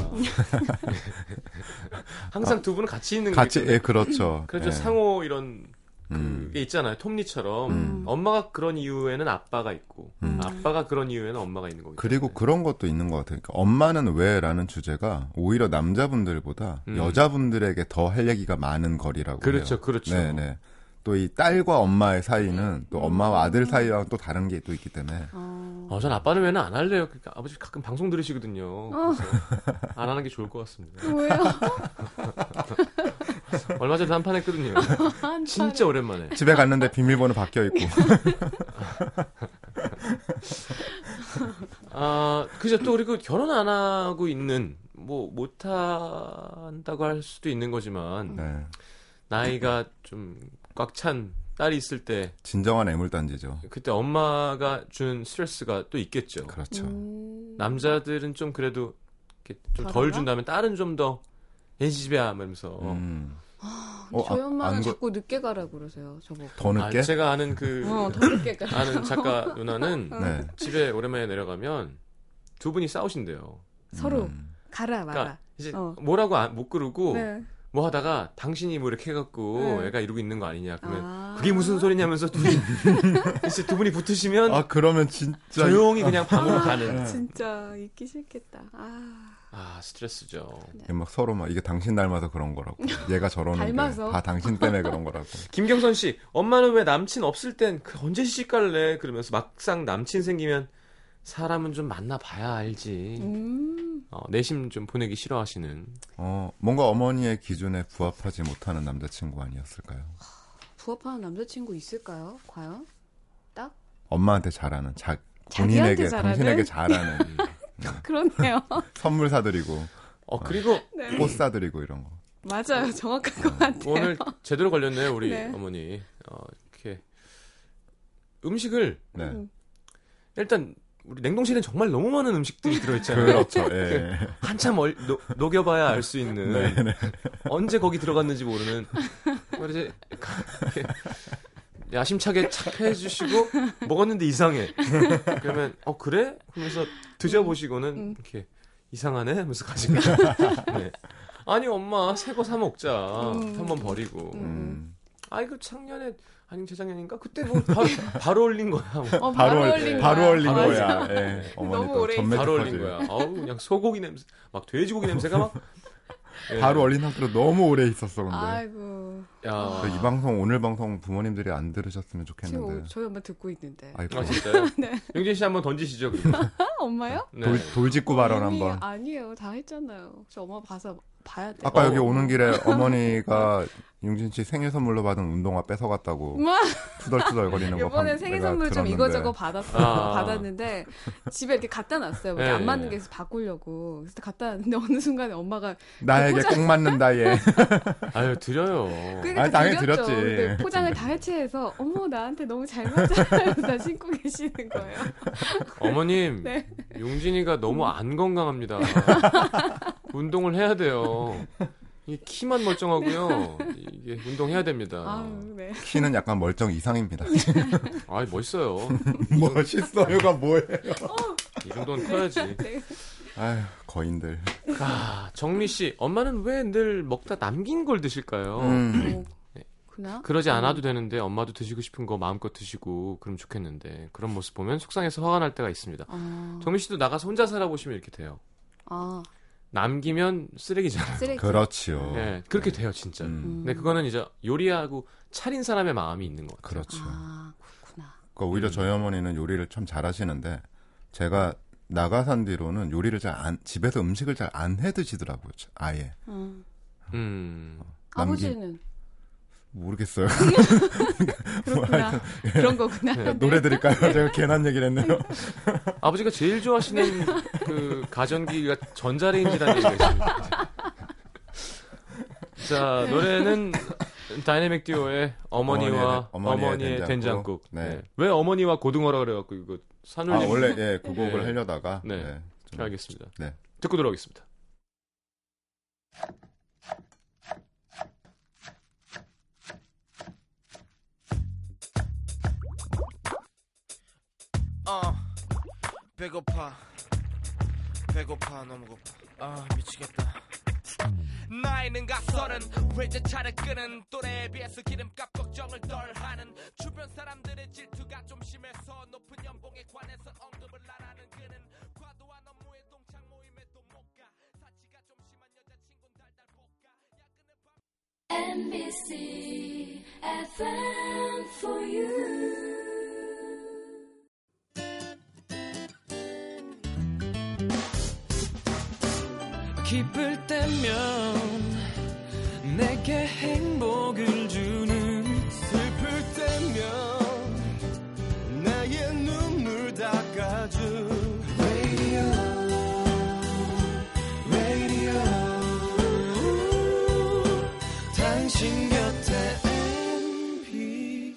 S1: 항상 두 분은 같이 있는
S3: 아, 같이,
S1: 거기 때문에.
S3: 예, 그렇죠.
S1: 음. 그렇죠
S3: 예.
S1: 상호 이런
S3: 음.
S1: 그게 있잖아요. 톱니처럼
S3: 음.
S1: 엄마가 그런 이유에는 아빠가 있고
S3: 음.
S1: 아빠가 그런 이유에는 엄마가 있는 거기
S3: 그리고
S1: 때문에.
S3: 그런 것도 있는 것 같아요. 그러니까 엄마는 왜라는 주제가 오히려 남자분들보다
S1: 음.
S3: 여자분들에게 더 할 얘기가 많은 거리라고.
S1: 그렇죠,
S3: 해요.
S1: 그렇죠. 음.
S3: 네네. 또 이 딸과 엄마의 사이는 또 엄마와 아들 사이랑 또 다른 게 또 있기 때문에.
S4: 어.
S1: 어, 전 아빠는 왜는 안 할래요. 그러니까 아버지 가끔 방송 들으시거든요. 그래서 안 하는 게 좋을 것 같습니다.
S4: 왜요?
S1: 얼마 전에 한판 했거든요.
S4: 한
S1: 진짜 오랜만에.
S3: 집에 갔는데 비밀번호 바뀌어 있고.
S1: 아, 그죠. 또 그리고 결혼 안 하고 있는, 뭐, 못한다고 할 수도 있는 거지만,
S3: 네.
S1: 나이가 좀 꽉 찬 딸이 있을 때,
S3: 진정한 애물단지죠.
S1: 그때 엄마가 준 스트레스가 또 있겠죠.
S3: 그렇죠.
S4: 음.
S1: 남자들은 좀 그래도 좀 덜
S4: 다른가?
S1: 준다면 딸은 좀 더 애지집애야 하면서
S3: 음.
S4: 근데
S3: 어,
S4: 저희
S3: 아,
S4: 엄마는
S3: 안 그-
S4: 자꾸 늦게 가라고 그러세요. 저보고.
S3: 더 늦게?
S1: 아, 제가 아는 그
S4: 어, 더 늦게 가.
S1: 아는 작가 누나는
S3: 네.
S1: 집에 오랜만에 내려가면 두 분이 싸우신대요.
S4: 서로
S3: 음.
S4: 가라
S1: 그러니까
S4: 와라.
S1: 이제
S4: 어.
S1: 뭐라고 안- 못 그러고
S4: 네.
S1: 뭐 하다가 당신이 뭐 이렇게 해갖고
S4: 네.
S1: 애가 이러고 있는 거 아니냐 그러면
S4: 아.
S1: 그게 무슨 소리냐면서 둘이 이제 두 분이 붙으시면
S3: 아, 그러면 진짜.
S1: 조용히 그냥
S4: 아.
S1: 방으로 가는
S3: 네.
S4: 진짜 있기 싫겠다. 아.
S1: 아 스트레스죠.
S3: 막 서로 막 이게 당신 닮아서 그런 거라고. 얘가 저러는데
S4: 닮아서?
S3: 다 당신 때문에 그런 거라고.
S1: 김경선 씨 엄마는 왜 남친 없을 땐그 언제 시집 갈래 그러면서 막상 남친 생기면 사람은 좀 만나봐야 알지.
S4: 음.
S1: 어, 내심 좀 보내기 싫어하시는
S3: 어, 뭔가 어머니의 기준에 부합하지 못하는 남자친구 아니었을까요?
S4: 부합하는 남자친구 있을까요? 과연?
S3: 엄마한테 잘하는 자,
S4: 자기한테
S3: 본인에게
S4: 잘하는?
S3: 당신에게 잘하는
S1: 음.
S4: 그렇네요.
S3: 선물 사드리고 아.
S1: 어 그리고
S4: 네.
S3: 꽃 사드리고 이런 거.
S4: 맞아요. 정확한 것 같아요.
S1: 오늘 제대로 걸렸네요 우리
S4: 네.
S1: 어머니 어, 이렇게 음식을
S3: 네.
S4: 음.
S1: 일단 우리 냉동실엔 정말 너무 많은 음식들이 들어있잖아요
S3: 그렇죠. 예.
S1: 한참 얼- 녹- 녹여봐야 알 수 있는
S3: 네, 네.
S1: 언제 거기 들어갔는지 모르는 그걸 이제 이렇게 야심차게 착 해주시고 먹었는데 이상해 그러면 어 그래? 그러면서 드셔보시고는
S4: 음.
S1: 이렇게 이상하네 하면서 가시고 네. 아니 엄마 새 거 사 먹자
S4: 음.
S1: 한번 버리고
S3: 음.
S1: 아 이거 작년에 아니면 재작년인가 그때 뭐 바로, 바로 올린 거야 뭐.
S3: 바로,
S4: 어, 바로,
S3: 올-
S4: 올린
S3: 바로
S4: 거야.
S3: 올린
S1: 바로
S3: 거야. 예. 어머니
S4: 너무
S3: 또
S4: 오래
S3: 전매
S1: 바로 올린 거야
S3: 특허지.
S1: 아우 그냥 소고기 냄새 막 돼지고기 냄새가 막 예.
S3: 바로 올린 상태로 너무 오래 있었어 근데.
S4: 아이고.
S1: 야.
S3: 그래서 이 방송 오늘 방송 부모님들이 안 들으셨으면
S4: 지금
S3: 좋겠는데.
S4: 저희 엄마 듣고 있는데.
S3: 아이고.
S1: 아 진짜요? 용진 씨 한번 던지시죠. 그럼.
S4: 아, 엄마요?
S1: 네.
S3: 돌, 돌직구 발언
S4: 이미
S3: 한번.
S4: 아니에요. 다 했잖아요. 저 엄마 봐서 봐야 돼.
S3: 아까
S1: 어.
S3: 여기 오는 길에 어머니가 융진 씨 생일 선물로 받은 운동화 뺏어갔다고
S4: 엄마
S3: 투덜투덜거리는 거.
S4: 이번에
S3: 뭐 방-
S4: 생일
S3: 내가
S4: 선물 좀
S3: 들었는데.
S4: 이거저거 받았어
S1: 아.
S4: 받았는데 집에 이렇게 갖다 놨어요. 뭐
S1: 예,
S4: 안 맞는
S1: 예.
S4: 게 있어서 바꾸려고 그래서 갖다 놨는데 어느 순간에 엄마가
S3: 나에게 꼭 맞는다 얘.
S1: 아유 드려요.
S4: 그러니까
S3: 아니, 당연히
S4: 드렸죠.
S3: 드렸지.
S4: 근데 포장을 다 해체해서 어머 나한테 너무 잘 맞아 그래서 다 신고 계시는 거예요.
S1: 어머님
S4: 네.
S1: 용진이가 너무 안 건강합니다. 운동을 해야 돼요. 이 키만 멀쩡하고요. 이게 운동해야 됩니다.
S4: 아유 네.
S3: 키는 약간 멀쩡 이상입니다.
S1: 아 멋있어요.
S3: 멋있어요가 뭐예요?
S1: 이 정도는 커야지.
S4: 네.
S3: 아휴, 거인들.
S1: 아, 정미 씨, 엄마는 왜 늘 먹다 남긴 걸 드실까요?
S3: 음.
S4: 뭐, 그나?
S1: 그러지 않아도 되는데 엄마도 드시고 싶은 거 마음껏 드시고 그럼 좋겠는데 그런 모습 보면 속상해서 화가 날 때가 있습니다.
S4: 아,
S1: 정미 씨도 나가서 혼자 살아보시면 이렇게 돼요.
S4: 아
S1: 남기면 쓰레기잖아요.
S4: 쓰레기.
S3: 그렇지요.
S1: 네, 그렇게 돼요, 진짜.
S3: 어. 음.
S1: 근데 네, 그거는 이제 요리하고 차린 사람의 마음이 있는 것 같아요.
S3: 그렇죠.
S4: 아, 그렇구나.
S3: 그러니까 오히려 저희 어머니는 요리를 참 잘하시는데 제가 나가 산 뒤로는 요리를 잘 안 집에서 음식을 잘 안 해 드시더라고요. 자- 아예
S4: 음.
S1: 음,
S3: 남기-
S4: 아버지는
S3: 모르겠어요.
S4: 그렇구나. 아, 그런 거구나.
S1: 네.
S3: 노래 드릴까요? 제가 괜한 얘기를 했네요.
S1: 아버지가 제일 좋아하시는 그 가전기가 전자레인지라는 얘기가 있습니다. 자, 노래는 다이내믹 듀오의 어머니와
S3: 어머니의
S1: 어머니의, 된장국.
S3: 된장국.
S1: 네.
S3: 네.
S1: 왜 어머니와 고등어라 그래갖고 이거
S3: 아,
S1: 산울림.
S3: 원래 예, 그 곡을
S1: 네.
S3: 하려다가
S1: 네.
S3: 네, 좀
S1: 알겠습니다.
S3: 네.
S1: 듣고 돌아오겠습니다.
S5: 어 배고파 배고파 너무 고파 아 미치겠다 나이는 갓 서른 외제 차를 끄는 또래에 비해서 기름값 걱정을 덜 하는 주변 사람들의 질투가 좀 심해서 높은 연봉에 관해서 언급을 안 하는 그는 과도한 업무에 동창 모임에도 못가 사치가 좀 심한 여자친구는 달달 볶아 야근을 밤
S2: MBC FM for you.
S6: 기쁠 때면 내게 행복을 주는 슬플 때면 나의 눈물 닦아줘 Radio Radio 당신 곁에 MBC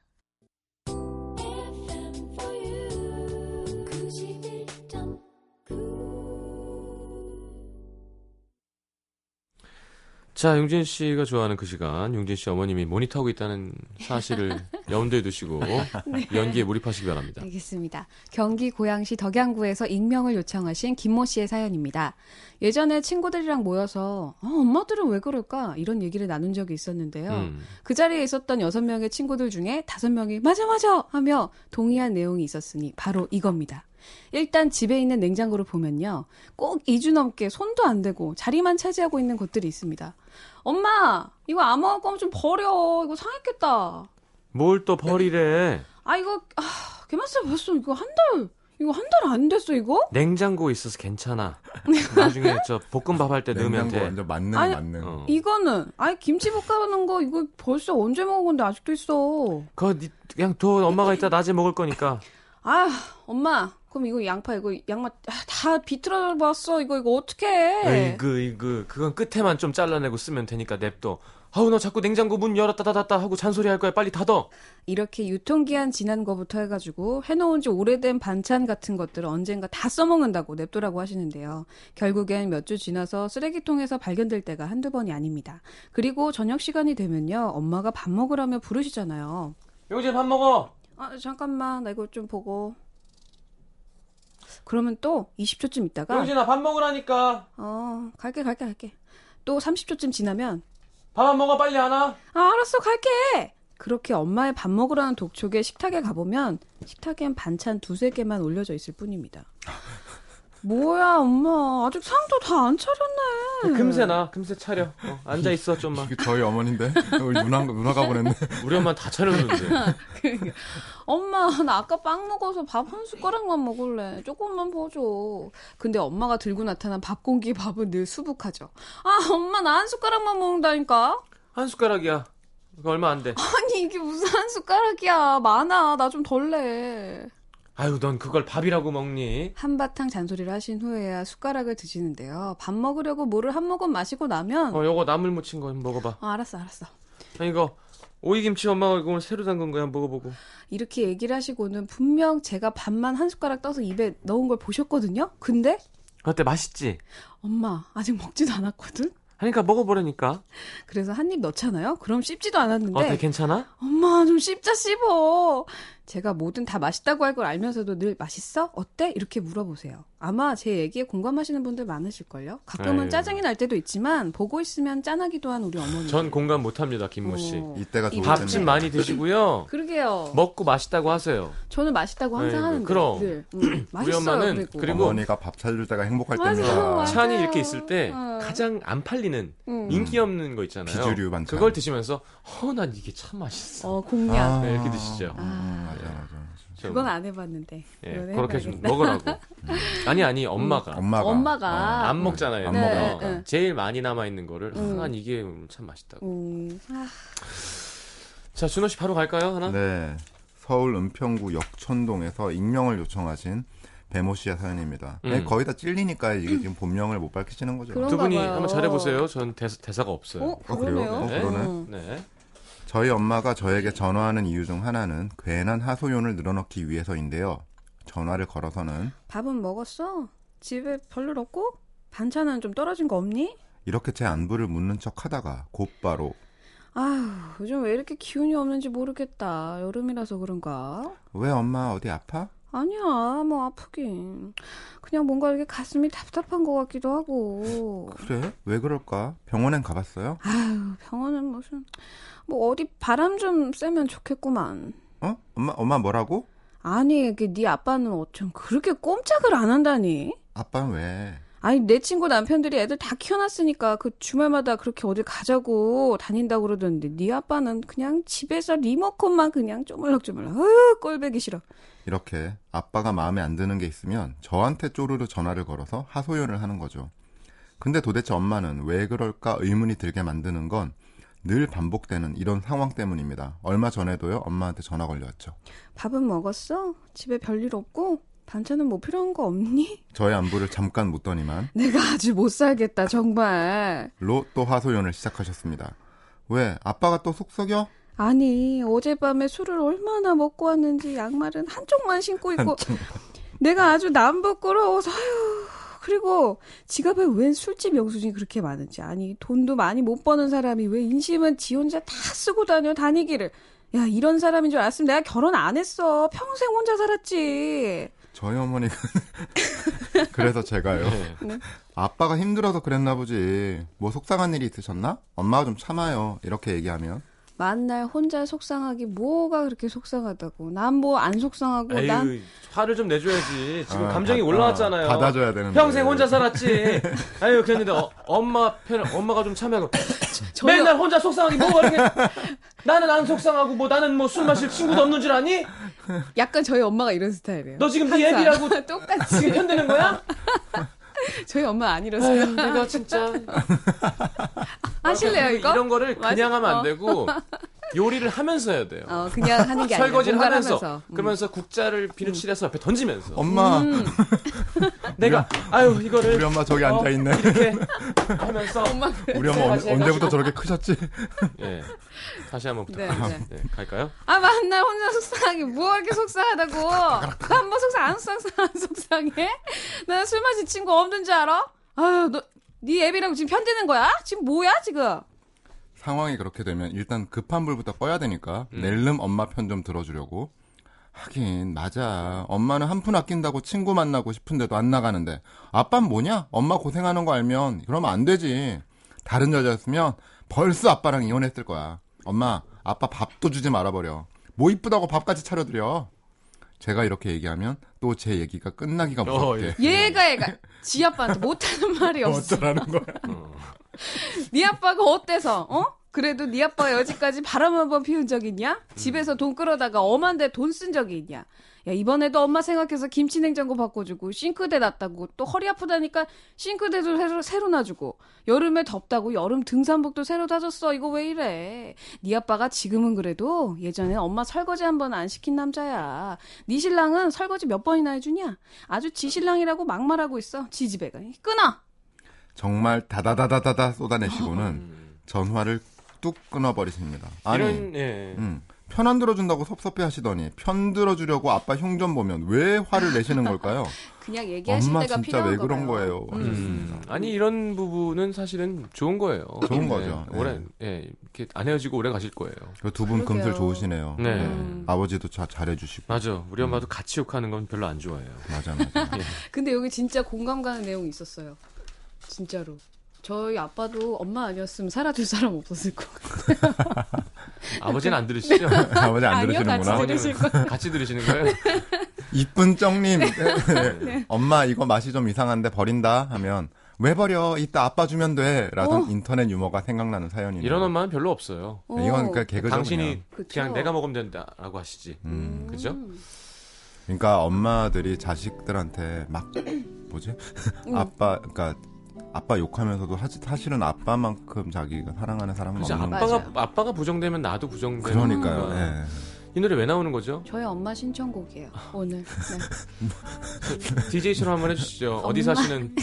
S2: FM for you. 91.9.
S1: 자, 용진 씨가 좋아하는 그 시간, 용진 씨 어머님이 모니터하고 있다는 사실을 염두에 두시고
S4: 네.
S1: 연기에 몰입하시기 바랍니다.
S4: 알겠습니다. 경기 고양시 덕양구에서 익명을 요청하신 김모 씨의 사연입니다. 예전에 친구들이랑 모여서 어, 엄마들은 왜 그럴까 이런 얘기를 나눈 적이 있었는데요.
S1: 음.
S4: 그 자리에 있었던 6명의 친구들 중에 5명이 맞아 맞아 하며 동의한 내용이 있었으니 바로 이겁니다. 일단 집에 있는 냉장고를 보면요. 꼭 2주 넘게 손도 안 대고 자리만 차지하고 있는 것들이 있습니다. 엄마, 이거 아무거나 좀 버려. 이거 상했겠다.
S1: 뭘 또 버리래.
S4: 아 이거 아, 개맛살 봤어. 이거 한 달. 이거 한 달 안 됐어, 이거?
S1: 냉장고에 있어서 괜찮아. 나중에 저 볶음밥 할 때 넣으면
S3: 냉장고
S1: 돼.
S3: 완전 맞는
S4: 아니,
S3: 맞는.
S1: 네, 어.
S4: 이거는 아이 김치 볶아놓은 거 이거 벌써 언제 먹은 건데 아직도 있어.
S1: 그거 니- 그냥 돈 엄마가 이따 낮에 먹을 거니까.
S4: 아, 엄마. 그럼 이거 양파 이거 양마 아, 다 비틀어 봤어. 이거 이거 어떻게 해?
S1: 이그 이그 그건 끝에만 좀 잘라내고 쓰면 되니까 냅둬. 아우 너 자꾸 냉장고 문 열었다 닫았다 하고 잔소리 할 거야. 빨리 닫어.
S4: 이렇게 유통기한 지난 거부터 해가지고 해놓은 지 오래된 반찬 같은 것들을 언젠가 다 써먹는다고 냅두라고 하시는데요. 결국엔 몇 주 지나서 쓰레기통에서 발견될 때가 한두 번이 아닙니다. 그리고 저녁 시간이 되면요. 엄마가 밥 먹으라며 부르시잖아요.
S1: 용진 밥 먹어.
S4: 아, 잠깐만. 나 이거 좀 보고. 그러면 또 20초쯤 있다가
S1: 용진아 밥 먹으라니까.
S4: 어, 갈게 갈게 갈게. 또 30초쯤 지나면
S1: 밥 안 먹어 빨리 안 와.
S4: 아, 알았어, 갈게! 그렇게 엄마의 밥 먹으라는 독촉에 식탁에 가보면 식탁엔 반찬 두세 개만 올려져 있을 뿐입니다. 뭐야, 엄마. 아직 상도 다 안 차렸네.
S1: 뭐, 금세 나. 금세 차려. 어, 앉아 있어 좀만.
S3: 이게 저희 어머니인데 우리 누나 누나가 보냈네.
S1: 우리 엄마 다 차려주는데.
S4: 엄마, 나 아까 빵 먹어서 밥 한 숟가락만 먹을래. 조금만 보줘. 근데 엄마가 들고 나타난 밥 공기 밥은 늘 수북하죠. 아, 엄마, 나 한 숟가락만 먹는다니까?
S1: 한 숟가락이야. 그거 얼마 안 돼.
S4: 아니, 이게 무슨 한 숟가락이야. 많아. 나 좀 덜 내.
S1: 아유 넌 그걸 밥이라고 먹니?
S4: 한바탕 잔소리를 하신 후에야 아, 숟가락을 드시는데요. 밥 먹으려고 물을 한 모금 마시고 나면
S1: 어 요거 나물 무친 거 한번 먹어봐.
S4: 아, 알았어, 알았어.
S1: 아니 이거 오이김치 엄마가 이거 오늘 새로 담근 거야 한번 먹어보고.
S4: 이렇게 얘기를 하시고는 분명 제가 밥만 한 숟가락 떠서 입에 넣은 걸 보셨거든요. 근데
S1: 어때 맛있지?
S4: 엄마 아직 먹지도 않았거든.
S1: 하니까 먹어보라니까.
S4: 그래서 한 입 넣잖아요. 그럼
S1: 어,
S4: 씹지도
S1: 다
S4: 않았는데
S1: 괜찮아?
S4: 엄마 좀 씹자 씹어. 제가 뭐든 다 맛있다고 할 걸 알면서도 늘 맛있어? 어때? 이렇게 물어보세요. 아마 제 얘기에 공감하시는 분들 많으실걸요. 가끔은
S1: 에휴.
S4: 짜증이 날 때도 있지만 보고 있으면 짠하기도 한 우리 어머니.
S1: 전 공감 못합니다, 김모 씨.
S4: 어.
S3: 이때가 좋을 텐데.
S1: 밥집 많이 드시고요.
S4: 그러게요.
S1: 먹고 맛있다고 하세요.
S4: 저는 맛있다고 항상
S1: 네,
S4: 하는데
S1: 그럼.
S4: 늘 음, 맛있어요.
S1: 엄마는
S4: 그리고.
S1: 그리고-
S3: 어머니가 밥 사줄 때가 행복할
S4: 맞아요,
S3: 때입니다.
S4: 맞아요.
S1: 찬이 이렇게 있을 때
S4: 어.
S1: 가장 안 팔리는
S4: 음.
S1: 인기 없는 거 있잖아요.
S3: 비주류 반찬.
S1: 그걸 드시면서 어난 이게 참 맛있어.
S4: 어 공략.
S1: 네, 이렇게 드시죠. 네.
S3: 음, 아. 맞아, 맞아.
S1: 좀,
S4: 그건 안 해봤는데.
S1: 예,
S4: 그건
S1: 그렇게 좀
S4: 해봐야겠다.
S1: 먹으라고. 아니 아니 엄마가
S3: 엄마가.
S4: 엄마가.
S1: 안 먹잖아요.
S3: 안
S1: 네,
S3: 먹어요.
S1: 그러니까
S4: 음. 네.
S1: 제일 많이 남아 있는 거를
S4: 음.
S1: 아, 난 이게 참 맛있다고.
S4: 음, 아,
S1: 자 준호 씨 바로 갈까요 하나?
S3: 네. 서울 은평구 역천동에서 익명을 요청하신 배모 씨의 사연입니다.
S1: 음.
S3: 네, 거의 다 찔리니까 이게 지금 본명을 못 밝히시는 거죠.
S4: 그럼-
S1: 두 분이
S4: 봐요.
S1: 한번 잘해보세요. 전 대사, 가 없어요.
S4: 어,
S3: 어, 그래요?
S4: 그러네요.
S3: 어,
S1: 네.
S3: 그러네.
S4: 음.
S1: 네.
S3: 저희 엄마가 저에게 전화하는 이유 중 하나는 괜한 하소연을 늘어놓기 위해서인데요. 전화를 걸어서는
S4: 밥은 먹었어? 집에 별로 없고? 반찬은 좀 떨어진 거 없니?
S3: 이렇게 제 안부를 묻는 척 하다가 곧바로
S4: 아휴, 요즘 왜 이렇게 기운이 없는지 모르겠다. 여름이라서 그런가?
S3: 왜 엄마 어디 아파?
S4: 아니야, 뭐 아프긴. 그냥 뭔가 이렇게 가슴이 답답한 것 같기도 하고.
S3: 그래? 왜 그럴까? 병원엔 가봤어요?
S4: 아휴, 병원은 무슨, 뭐 어디 바람 좀 쐬면 좋겠구만.
S3: 어? 엄마 엄마 뭐라고?
S4: 아니, 이게 네 아빠는 어쩜 그렇게 꼼짝을 안 한다니?
S3: 아빠 왜?
S4: 아니 내 친구 남편들이 애들 다 키워놨으니까 그 주말마다 그렇게 어딜 가자고 다닌다고 그러던데 네 아빠는 그냥 집에서 리모컨만 그냥 쪼물럭쪼물럭 어휴 꼴배기 싫어
S3: 이렇게 아빠가 마음에 안 드는 게 있으면 저한테 쪼르르 전화를 걸어서 하소연을 하는 거죠. 근데 도대체 엄마는 왜 그럴까 의문이 들게 만드는 건 늘 반복되는 이런 상황 때문입니다. 얼마 전에도요 엄마한테 전화 걸려왔죠.
S4: 밥은 먹었어? 집에 별일 없고? 반찬은 뭐 필요한 거 없니?
S3: 저의 안부를 잠깐 묻더니만
S4: 내가 아주 못 살겠다 정말
S3: 로 또 하소연을 시작하셨습니다. 왜 아빠가 또 속썩여?
S4: 아니 어젯밤에 술을 얼마나 먹고 왔는지 양말은 한쪽만 신고 있고 내가 아주 남부끄러워서 아휴 그리고 지갑에 웬 술집 영수증이 그렇게 많은지 아니 돈도 많이 못 버는 사람이 왜 인심은 지 혼자 다 쓰고 다녀 다니기를 야 이런 사람인 줄 알았으면 내가 결혼 안 했어 평생 혼자 살았지
S3: 저희 어머니가 그래서 제가요.
S1: 네.
S3: 아빠가 힘들어서 그랬나 보지. 뭐 속상한 일이 있으셨나? 엄마가 좀 참아요. 이렇게 얘기하면
S4: 만날 혼자 속상하기 뭐가 그렇게 속상하다고 난 뭐 안 속상하고
S1: 에휴,
S4: 난
S1: 화를 좀 내줘야지. 지금
S3: 아,
S1: 감정이
S3: 받-
S1: 올라왔잖아요.
S3: 아, 받아줘야 되는데.
S1: 평생 혼자 살았지. 아유, 그랬는데 어, 엄마 편 엄마가 좀 참여하고
S4: 저희
S1: 맨날 혼자 속상하게 뭐가 이렇게 나는 안 속상하고 뭐 나는 뭐 술 마실 친구도 없는 줄 아니?
S4: 약간 저희 엄마가 이런 스타일이에요
S1: 너 지금 네
S4: 항상.
S1: 애비라고
S4: 똑같이
S1: 지금 편드는 거야?
S4: 저희 엄마 안 이러세요
S1: 아유, 내가 진짜
S4: 하실래요 뭐 이거?
S1: 이런 거를 그냥
S4: 맛있어.
S1: 하면 안 되고 요리를 하면서 해야 돼요.
S4: 어, 그냥 하는 게 아니라
S1: 설거지를
S4: 뭔가를
S1: 하면서,
S4: 음.
S1: 그러면서 국자를 비누칠해서 옆에 던지면서
S3: 엄마
S1: 음. 내가 아유 이거를
S3: 우리 엄마
S1: 어.
S3: 저기 앉아 있네.
S1: 이렇게 하면서
S3: 우리 엄마 언,
S1: 제가
S3: 언제부터 저렇게 크셨지?
S1: 예 다시 한번
S4: 네,
S1: 부탁드립니다. 네, 갈까요?
S4: 아, 만날 혼자 속상하게 뭐 이렇게 속상하다고. 나 한 번 속상 안 속상 안 속상해? 나 술 마신 친구 없는 줄 알아? 아유, 너, 네 앱이라고 지금 편드는 거야? 지금 뭐야, 지금?
S3: 상황이 그렇게 되면 일단 급한 불부터 꺼야 되니까 낼름 엄마 편 좀 들어주려고. 하긴 맞아. 엄마는 한 푼 아낀다고 친구 만나고 싶은데도 안 나가는데 아빠는 뭐냐? 엄마 고생하는 거 알면 그러면 안 되지. 다른 여자였으면 벌써 아빠랑 이혼했을 거야. 엄마, 아빠 밥도 주지 말아버려. 뭐 이쁘다고 밥까지 차려드려. 제가 이렇게 얘기하면 또 제 얘기가 끝나기가 무섭게
S1: 예.
S4: 얘가 얘가 지 아빠한테 못하는 말이 없어.
S3: 어쩌라는 거야.
S4: 네 아빠가 어때서? 어? 그래도 네 아빠가 여지까지 바람 한 번 피운 적 있냐? 집에서 돈 끌어다가 엄한데 돈 쓴 적이 있냐? 야 이번에도 엄마 생각해서 김치 냉장고 바꿔주고 싱크대 놨다고 또 허리 아프다니까 싱크대도 새로, 새로 놔주고 여름에 덥다고 여름 등산복도 새로 사줬어 이거 왜 이래 네 아빠가 지금은 그래도 예전에 엄마 설거지 한 번 안 시킨 남자야 네 신랑은 설거지 몇 번이나 해주냐 아주 지 신랑이라고 막말하고 있어 지 집애가 끊어
S3: 정말 다다다다다다 음. 쏟아내시고는 전화를 뚝 끊어버리십니다. 아니,
S1: 음. 이런 예.
S3: 음, 편 안 들어준다고 섭섭해 하시더니 편 들어주려고 아빠 흉전 보면 왜 화를 내시는 걸까요?
S4: 그냥 얘기하실
S3: 엄마
S4: 때가
S3: 진짜
S4: 필요한
S3: 왜 그런 거예요?
S1: 음, 아니 이런 부분은 사실은 좋은 거예요.
S3: 좋은
S1: 네,
S3: 거죠. 네.
S1: 오래 예, 이렇게 안 헤어지고 오래 가실 거예요.
S3: 두 분 금슬
S4: 그러게요.
S3: 좋으시네요.
S1: 네.
S4: 음.
S3: 아버지도 자, 잘해주시고
S1: 맞아. 우리 엄마도 같이 욕하는 건 별로 안 좋아해요.
S3: 맞아 맞아.
S4: 근데 여기 진짜 공감 가는 내용이 있었어요. 진짜로. 저희 아빠도 엄마 아니었으면 살아줄 사람 없었을 것 같아요.
S1: 아버지는 안 들으시죠?
S3: 아버지 안
S4: 아니요,
S3: 들으시는구나. 어.
S4: 같이 들으실 거예요.
S1: 같이 들으시는 거예요?
S3: 이쁜 쩡님 네.
S4: 네.
S3: 엄마 이거 맛이 좀 이상한데 버린다 하면 왜 버려 이따 아빠 주면 돼 라던 인터넷 유머가 생각나는 사연이네요
S1: 이런 엄마는 별로 없어요.
S4: 어,
S3: 이건 그러니까 개그죠
S1: 당신이
S3: 그냥.
S1: 그냥
S4: 그쵸.
S1: 내가 먹으면 된다라고 하시지.
S3: 음.
S1: 그죠?
S3: 그러니까 엄마들이 자식들한테 막 뭐지 아빠 그러니까 아빠 욕하면서도 하, 사실은 아빠만큼 자기가 사랑하는 사람은
S1: 그래서
S3: 없는
S1: 아빠가
S3: 거죠
S4: 맞아요.
S1: 아빠가 부정되면 나도 부정되는
S3: 음. 그러니까요
S1: 거니까.
S3: 예.
S1: 이 노래 왜 나오는 거죠?
S4: 저희 엄마 신청곡이에요. 오늘. 네.
S1: DJ처럼 한번 해주시죠. 어디
S4: 엄마.
S1: 사시는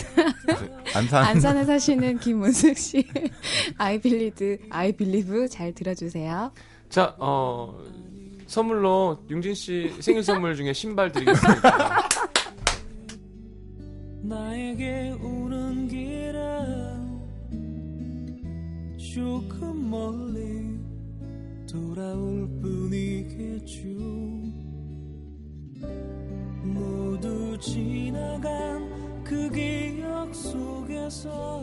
S3: 안산
S4: 안산에 사시는 김문숙 씨. I believe, I believe 잘 들어주세요.
S1: 자, 어, 선물로 융진 씨 생일 선물 중에 신발 드리겠습니다.
S6: 나에게 오는 길은 조금 멀리 돌아올 뿐이겠죠 모두 지나간 그 기억 속에서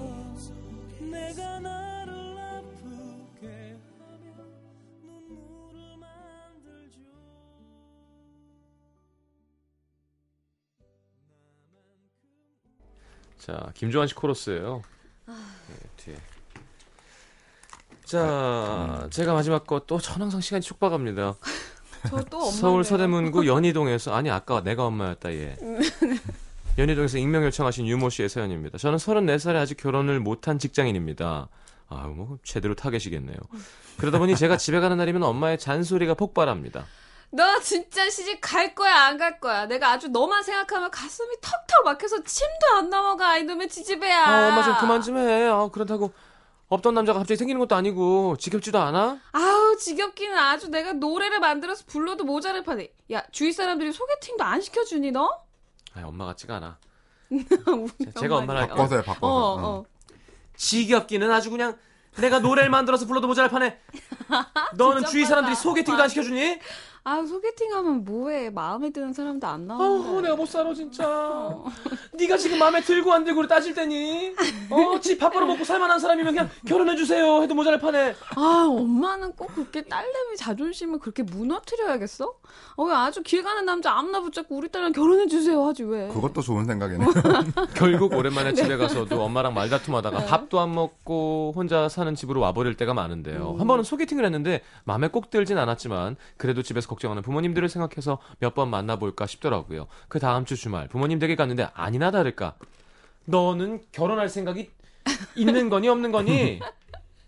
S6: 내가 나를 아프게 하며 눈물을 만들죠
S1: 자, 김조한 씨 코러스예요.
S4: 아.
S1: 네, 뒤에. 자, 제가 마지막 거 또 전 항상 시간이 촉박합니다.
S4: 저 또 어, 엄마.
S1: 서울 서대문구 연희동에서 아니 아까 내가 엄마였다 얘.
S4: 음, 네.
S1: 연희동에서 익명 요청하신 유모 씨의 사연입니다. 저는 34살에 아직 결혼을 못한 직장인입니다. 아우 뭐 제대로 타겟이겠네요. 그러다 보니 제가 집에 가는 날이면 엄마의 잔소리가 폭발합니다.
S4: 너 진짜 시집 갈 거야 안 갈 거야 내가 아주 너만 생각하면 가슴이 턱턱 막혀서 침도 안 넘어가 이놈의 지지배야
S1: 아 엄마 좀 그만 좀 해. 아 그렇다고 없던 남자가 갑자기 생기는 것도 아니고 지겹지도 않아?
S4: 아우 지겹기는 아주 내가 노래를 만들어서 불러도 모자를 파네 야 주위 사람들이 소개팅도 안 시켜주니 너?
S1: 아 엄마 같지가 않아.
S4: 우리
S1: 어, 제가 엄마를
S4: 엄마니까.
S1: 할게요.
S3: 바꿔서요
S4: 어,
S3: 바꿔서 응.
S4: 어.
S1: 지겹기는 아주 그냥 내가 노래를 만들어서 불러도 모자랄 판에 너는
S4: 진짜
S1: 주위 사람들이
S4: 빨라.
S1: 소개팅도 안 시켜주니?
S4: 아 소개팅하면 뭐해 마음에 드는 사람도 안
S1: 아우 어.
S4: 나오는데
S1: 내가 못 살아 진짜. 네가 지금 마음에 들고 안 들고를 따질 때니. 어, 집 밥벌어 먹고 살만한 사람이면 그냥 결혼해 주세요. 해도 모자랄 판에.
S4: 아 엄마는 꼭 그렇게 딸내미 자존심을 그렇게 무너뜨려야겠어? 아, 왜 아주 길 가는 남자 아무나 붙잡고 우리 딸랑 결혼해주세요 하지 왜
S3: 그것도
S1: 어.
S3: 좋은 생각이네요
S1: 결국 오랜만에 집에 가서도 엄마랑 말다툼하다가 밥도 안 먹고 혼자 사는 집으로 와버릴 때가 많은데요. 한 번은 소개팅을 했는데 마음에 꼭 들진 않았지만 그래도 집에서 걱정하는 부모님들을 생각해서 몇 번 만나볼까 싶더라고요. 그 다음 주 주말 부모님 댁에 갔는데 아니나 다를까 너는 결혼할 생각이 있는 거니 없는 거니?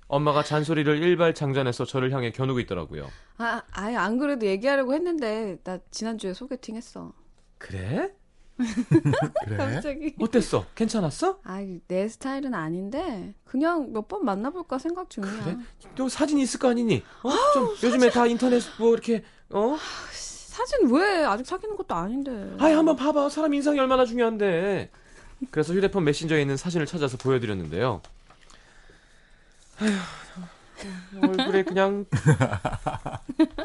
S1: 엄마가 잔소리를 일발장전해서 저를 향해 겨누고 있더라고요.
S4: 아, 아예 안 그래도 얘기하려고 했는데 나 지난주에 소개팅 했어.
S1: 그래?
S3: 그래
S4: 갑자기.
S1: 어땠어? 괜찮았어?
S4: 아 내 스타일은 아닌데 그냥 몇 번 만나볼까 생각 중이야.
S1: 그래? 또 사진 있을 거 아니니? 어? 좀 요즘에 다 인터넷 뭐 이렇게 어?
S4: 사진 왜 아직 사귀는 것도 아닌데.
S1: 아이 한번 봐봐 사람 인상이 얼마나 중요한데 그래서 휴대폰 메신저에 있는 사진을 찾아서 보여드렸는데요 아휴 얼굴에 그냥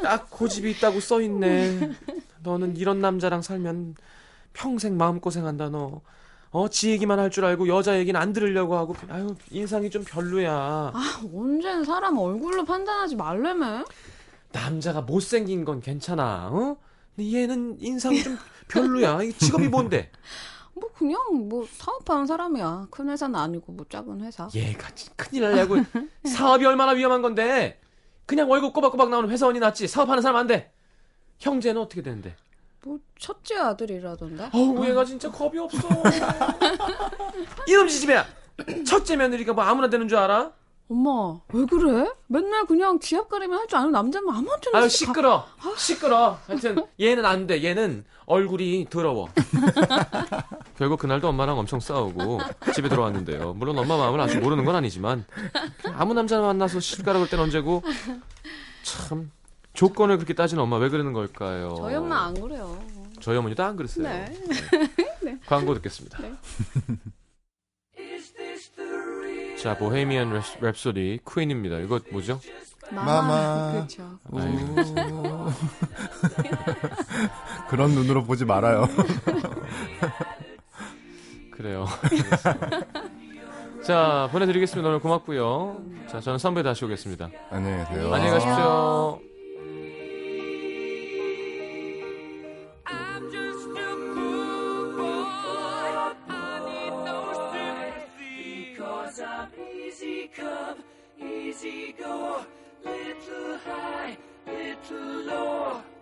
S1: 딱 고집이 있다고 써있네 너는 이런 남자랑 살면 평생 마음고생한다 너 어, 지 얘기만 할 줄 알고 여자 얘기는 안 들으려고 하고 아유 인상이 좀 별로야
S4: 아, 언젠 사람 얼굴로 판단하지 말래매.
S1: 남자가 못생긴 건 괜찮아 어? 근데 얘는 인상이 좀 별로야 이 직업이 뭔데
S4: 뭐 그냥 뭐 사업하는 사람이야. 큰 회사는 아니고 뭐 작은 회사.
S1: 얘가 진- 예, 큰일 날려고 사업이 얼마나 위험한 건데 그냥 월급 꼬박꼬박 나오는 회사원이 낫지 사업하는 사람 안돼 형제는 어떻게 되는데
S4: 뭐 첫째 아들이라던데.
S1: 어우 얘가 진짜 겁이 없어 이놈 지지배야 첫째 며느리가 뭐 아무나 되는 줄 알아?
S4: 엄마 왜 그래? 맨날 그냥 지압가림이 할 줄 아는 남자면 아무한테나
S1: 아유
S4: 시집 가-
S1: 시끄러 시끄러 하여튼 얘는 안돼 얘는 얼굴이 더러워 결국 그날도 엄마랑 엄청 싸우고 집에 들어왔는데요 물론 엄마 마음을 아직 모르는 건 아니지만 아무 남자나 만나서 시집 가라 그럴 땐 언제고 참 조건을 그렇게 따지는 엄마 왜 그러는 걸까요?
S4: 저희 엄마 안 그래요.
S1: 저희 어머니도 안 그랬어요.
S4: 네.
S1: 광고 듣겠습니다.
S4: 네.
S1: 자, 보헤미안 랩- 랩소디 퀸입니다. 이거 뭐죠?
S3: 마마.
S4: 그렇죠.
S3: 오.
S1: 아이고.
S3: 음. 그런 눈으로 보지 말아요.
S1: 그래요. 자, 보내드리겠습니다. 오늘 고맙고요. 자, 저는 선배 다시 오겠습니다.
S3: 안녕히 계세요.
S1: 안녕히 가십시오.
S5: I'm just a poor boy. I need no sympathy. Because I'm easy come, easy go. Little high, little low.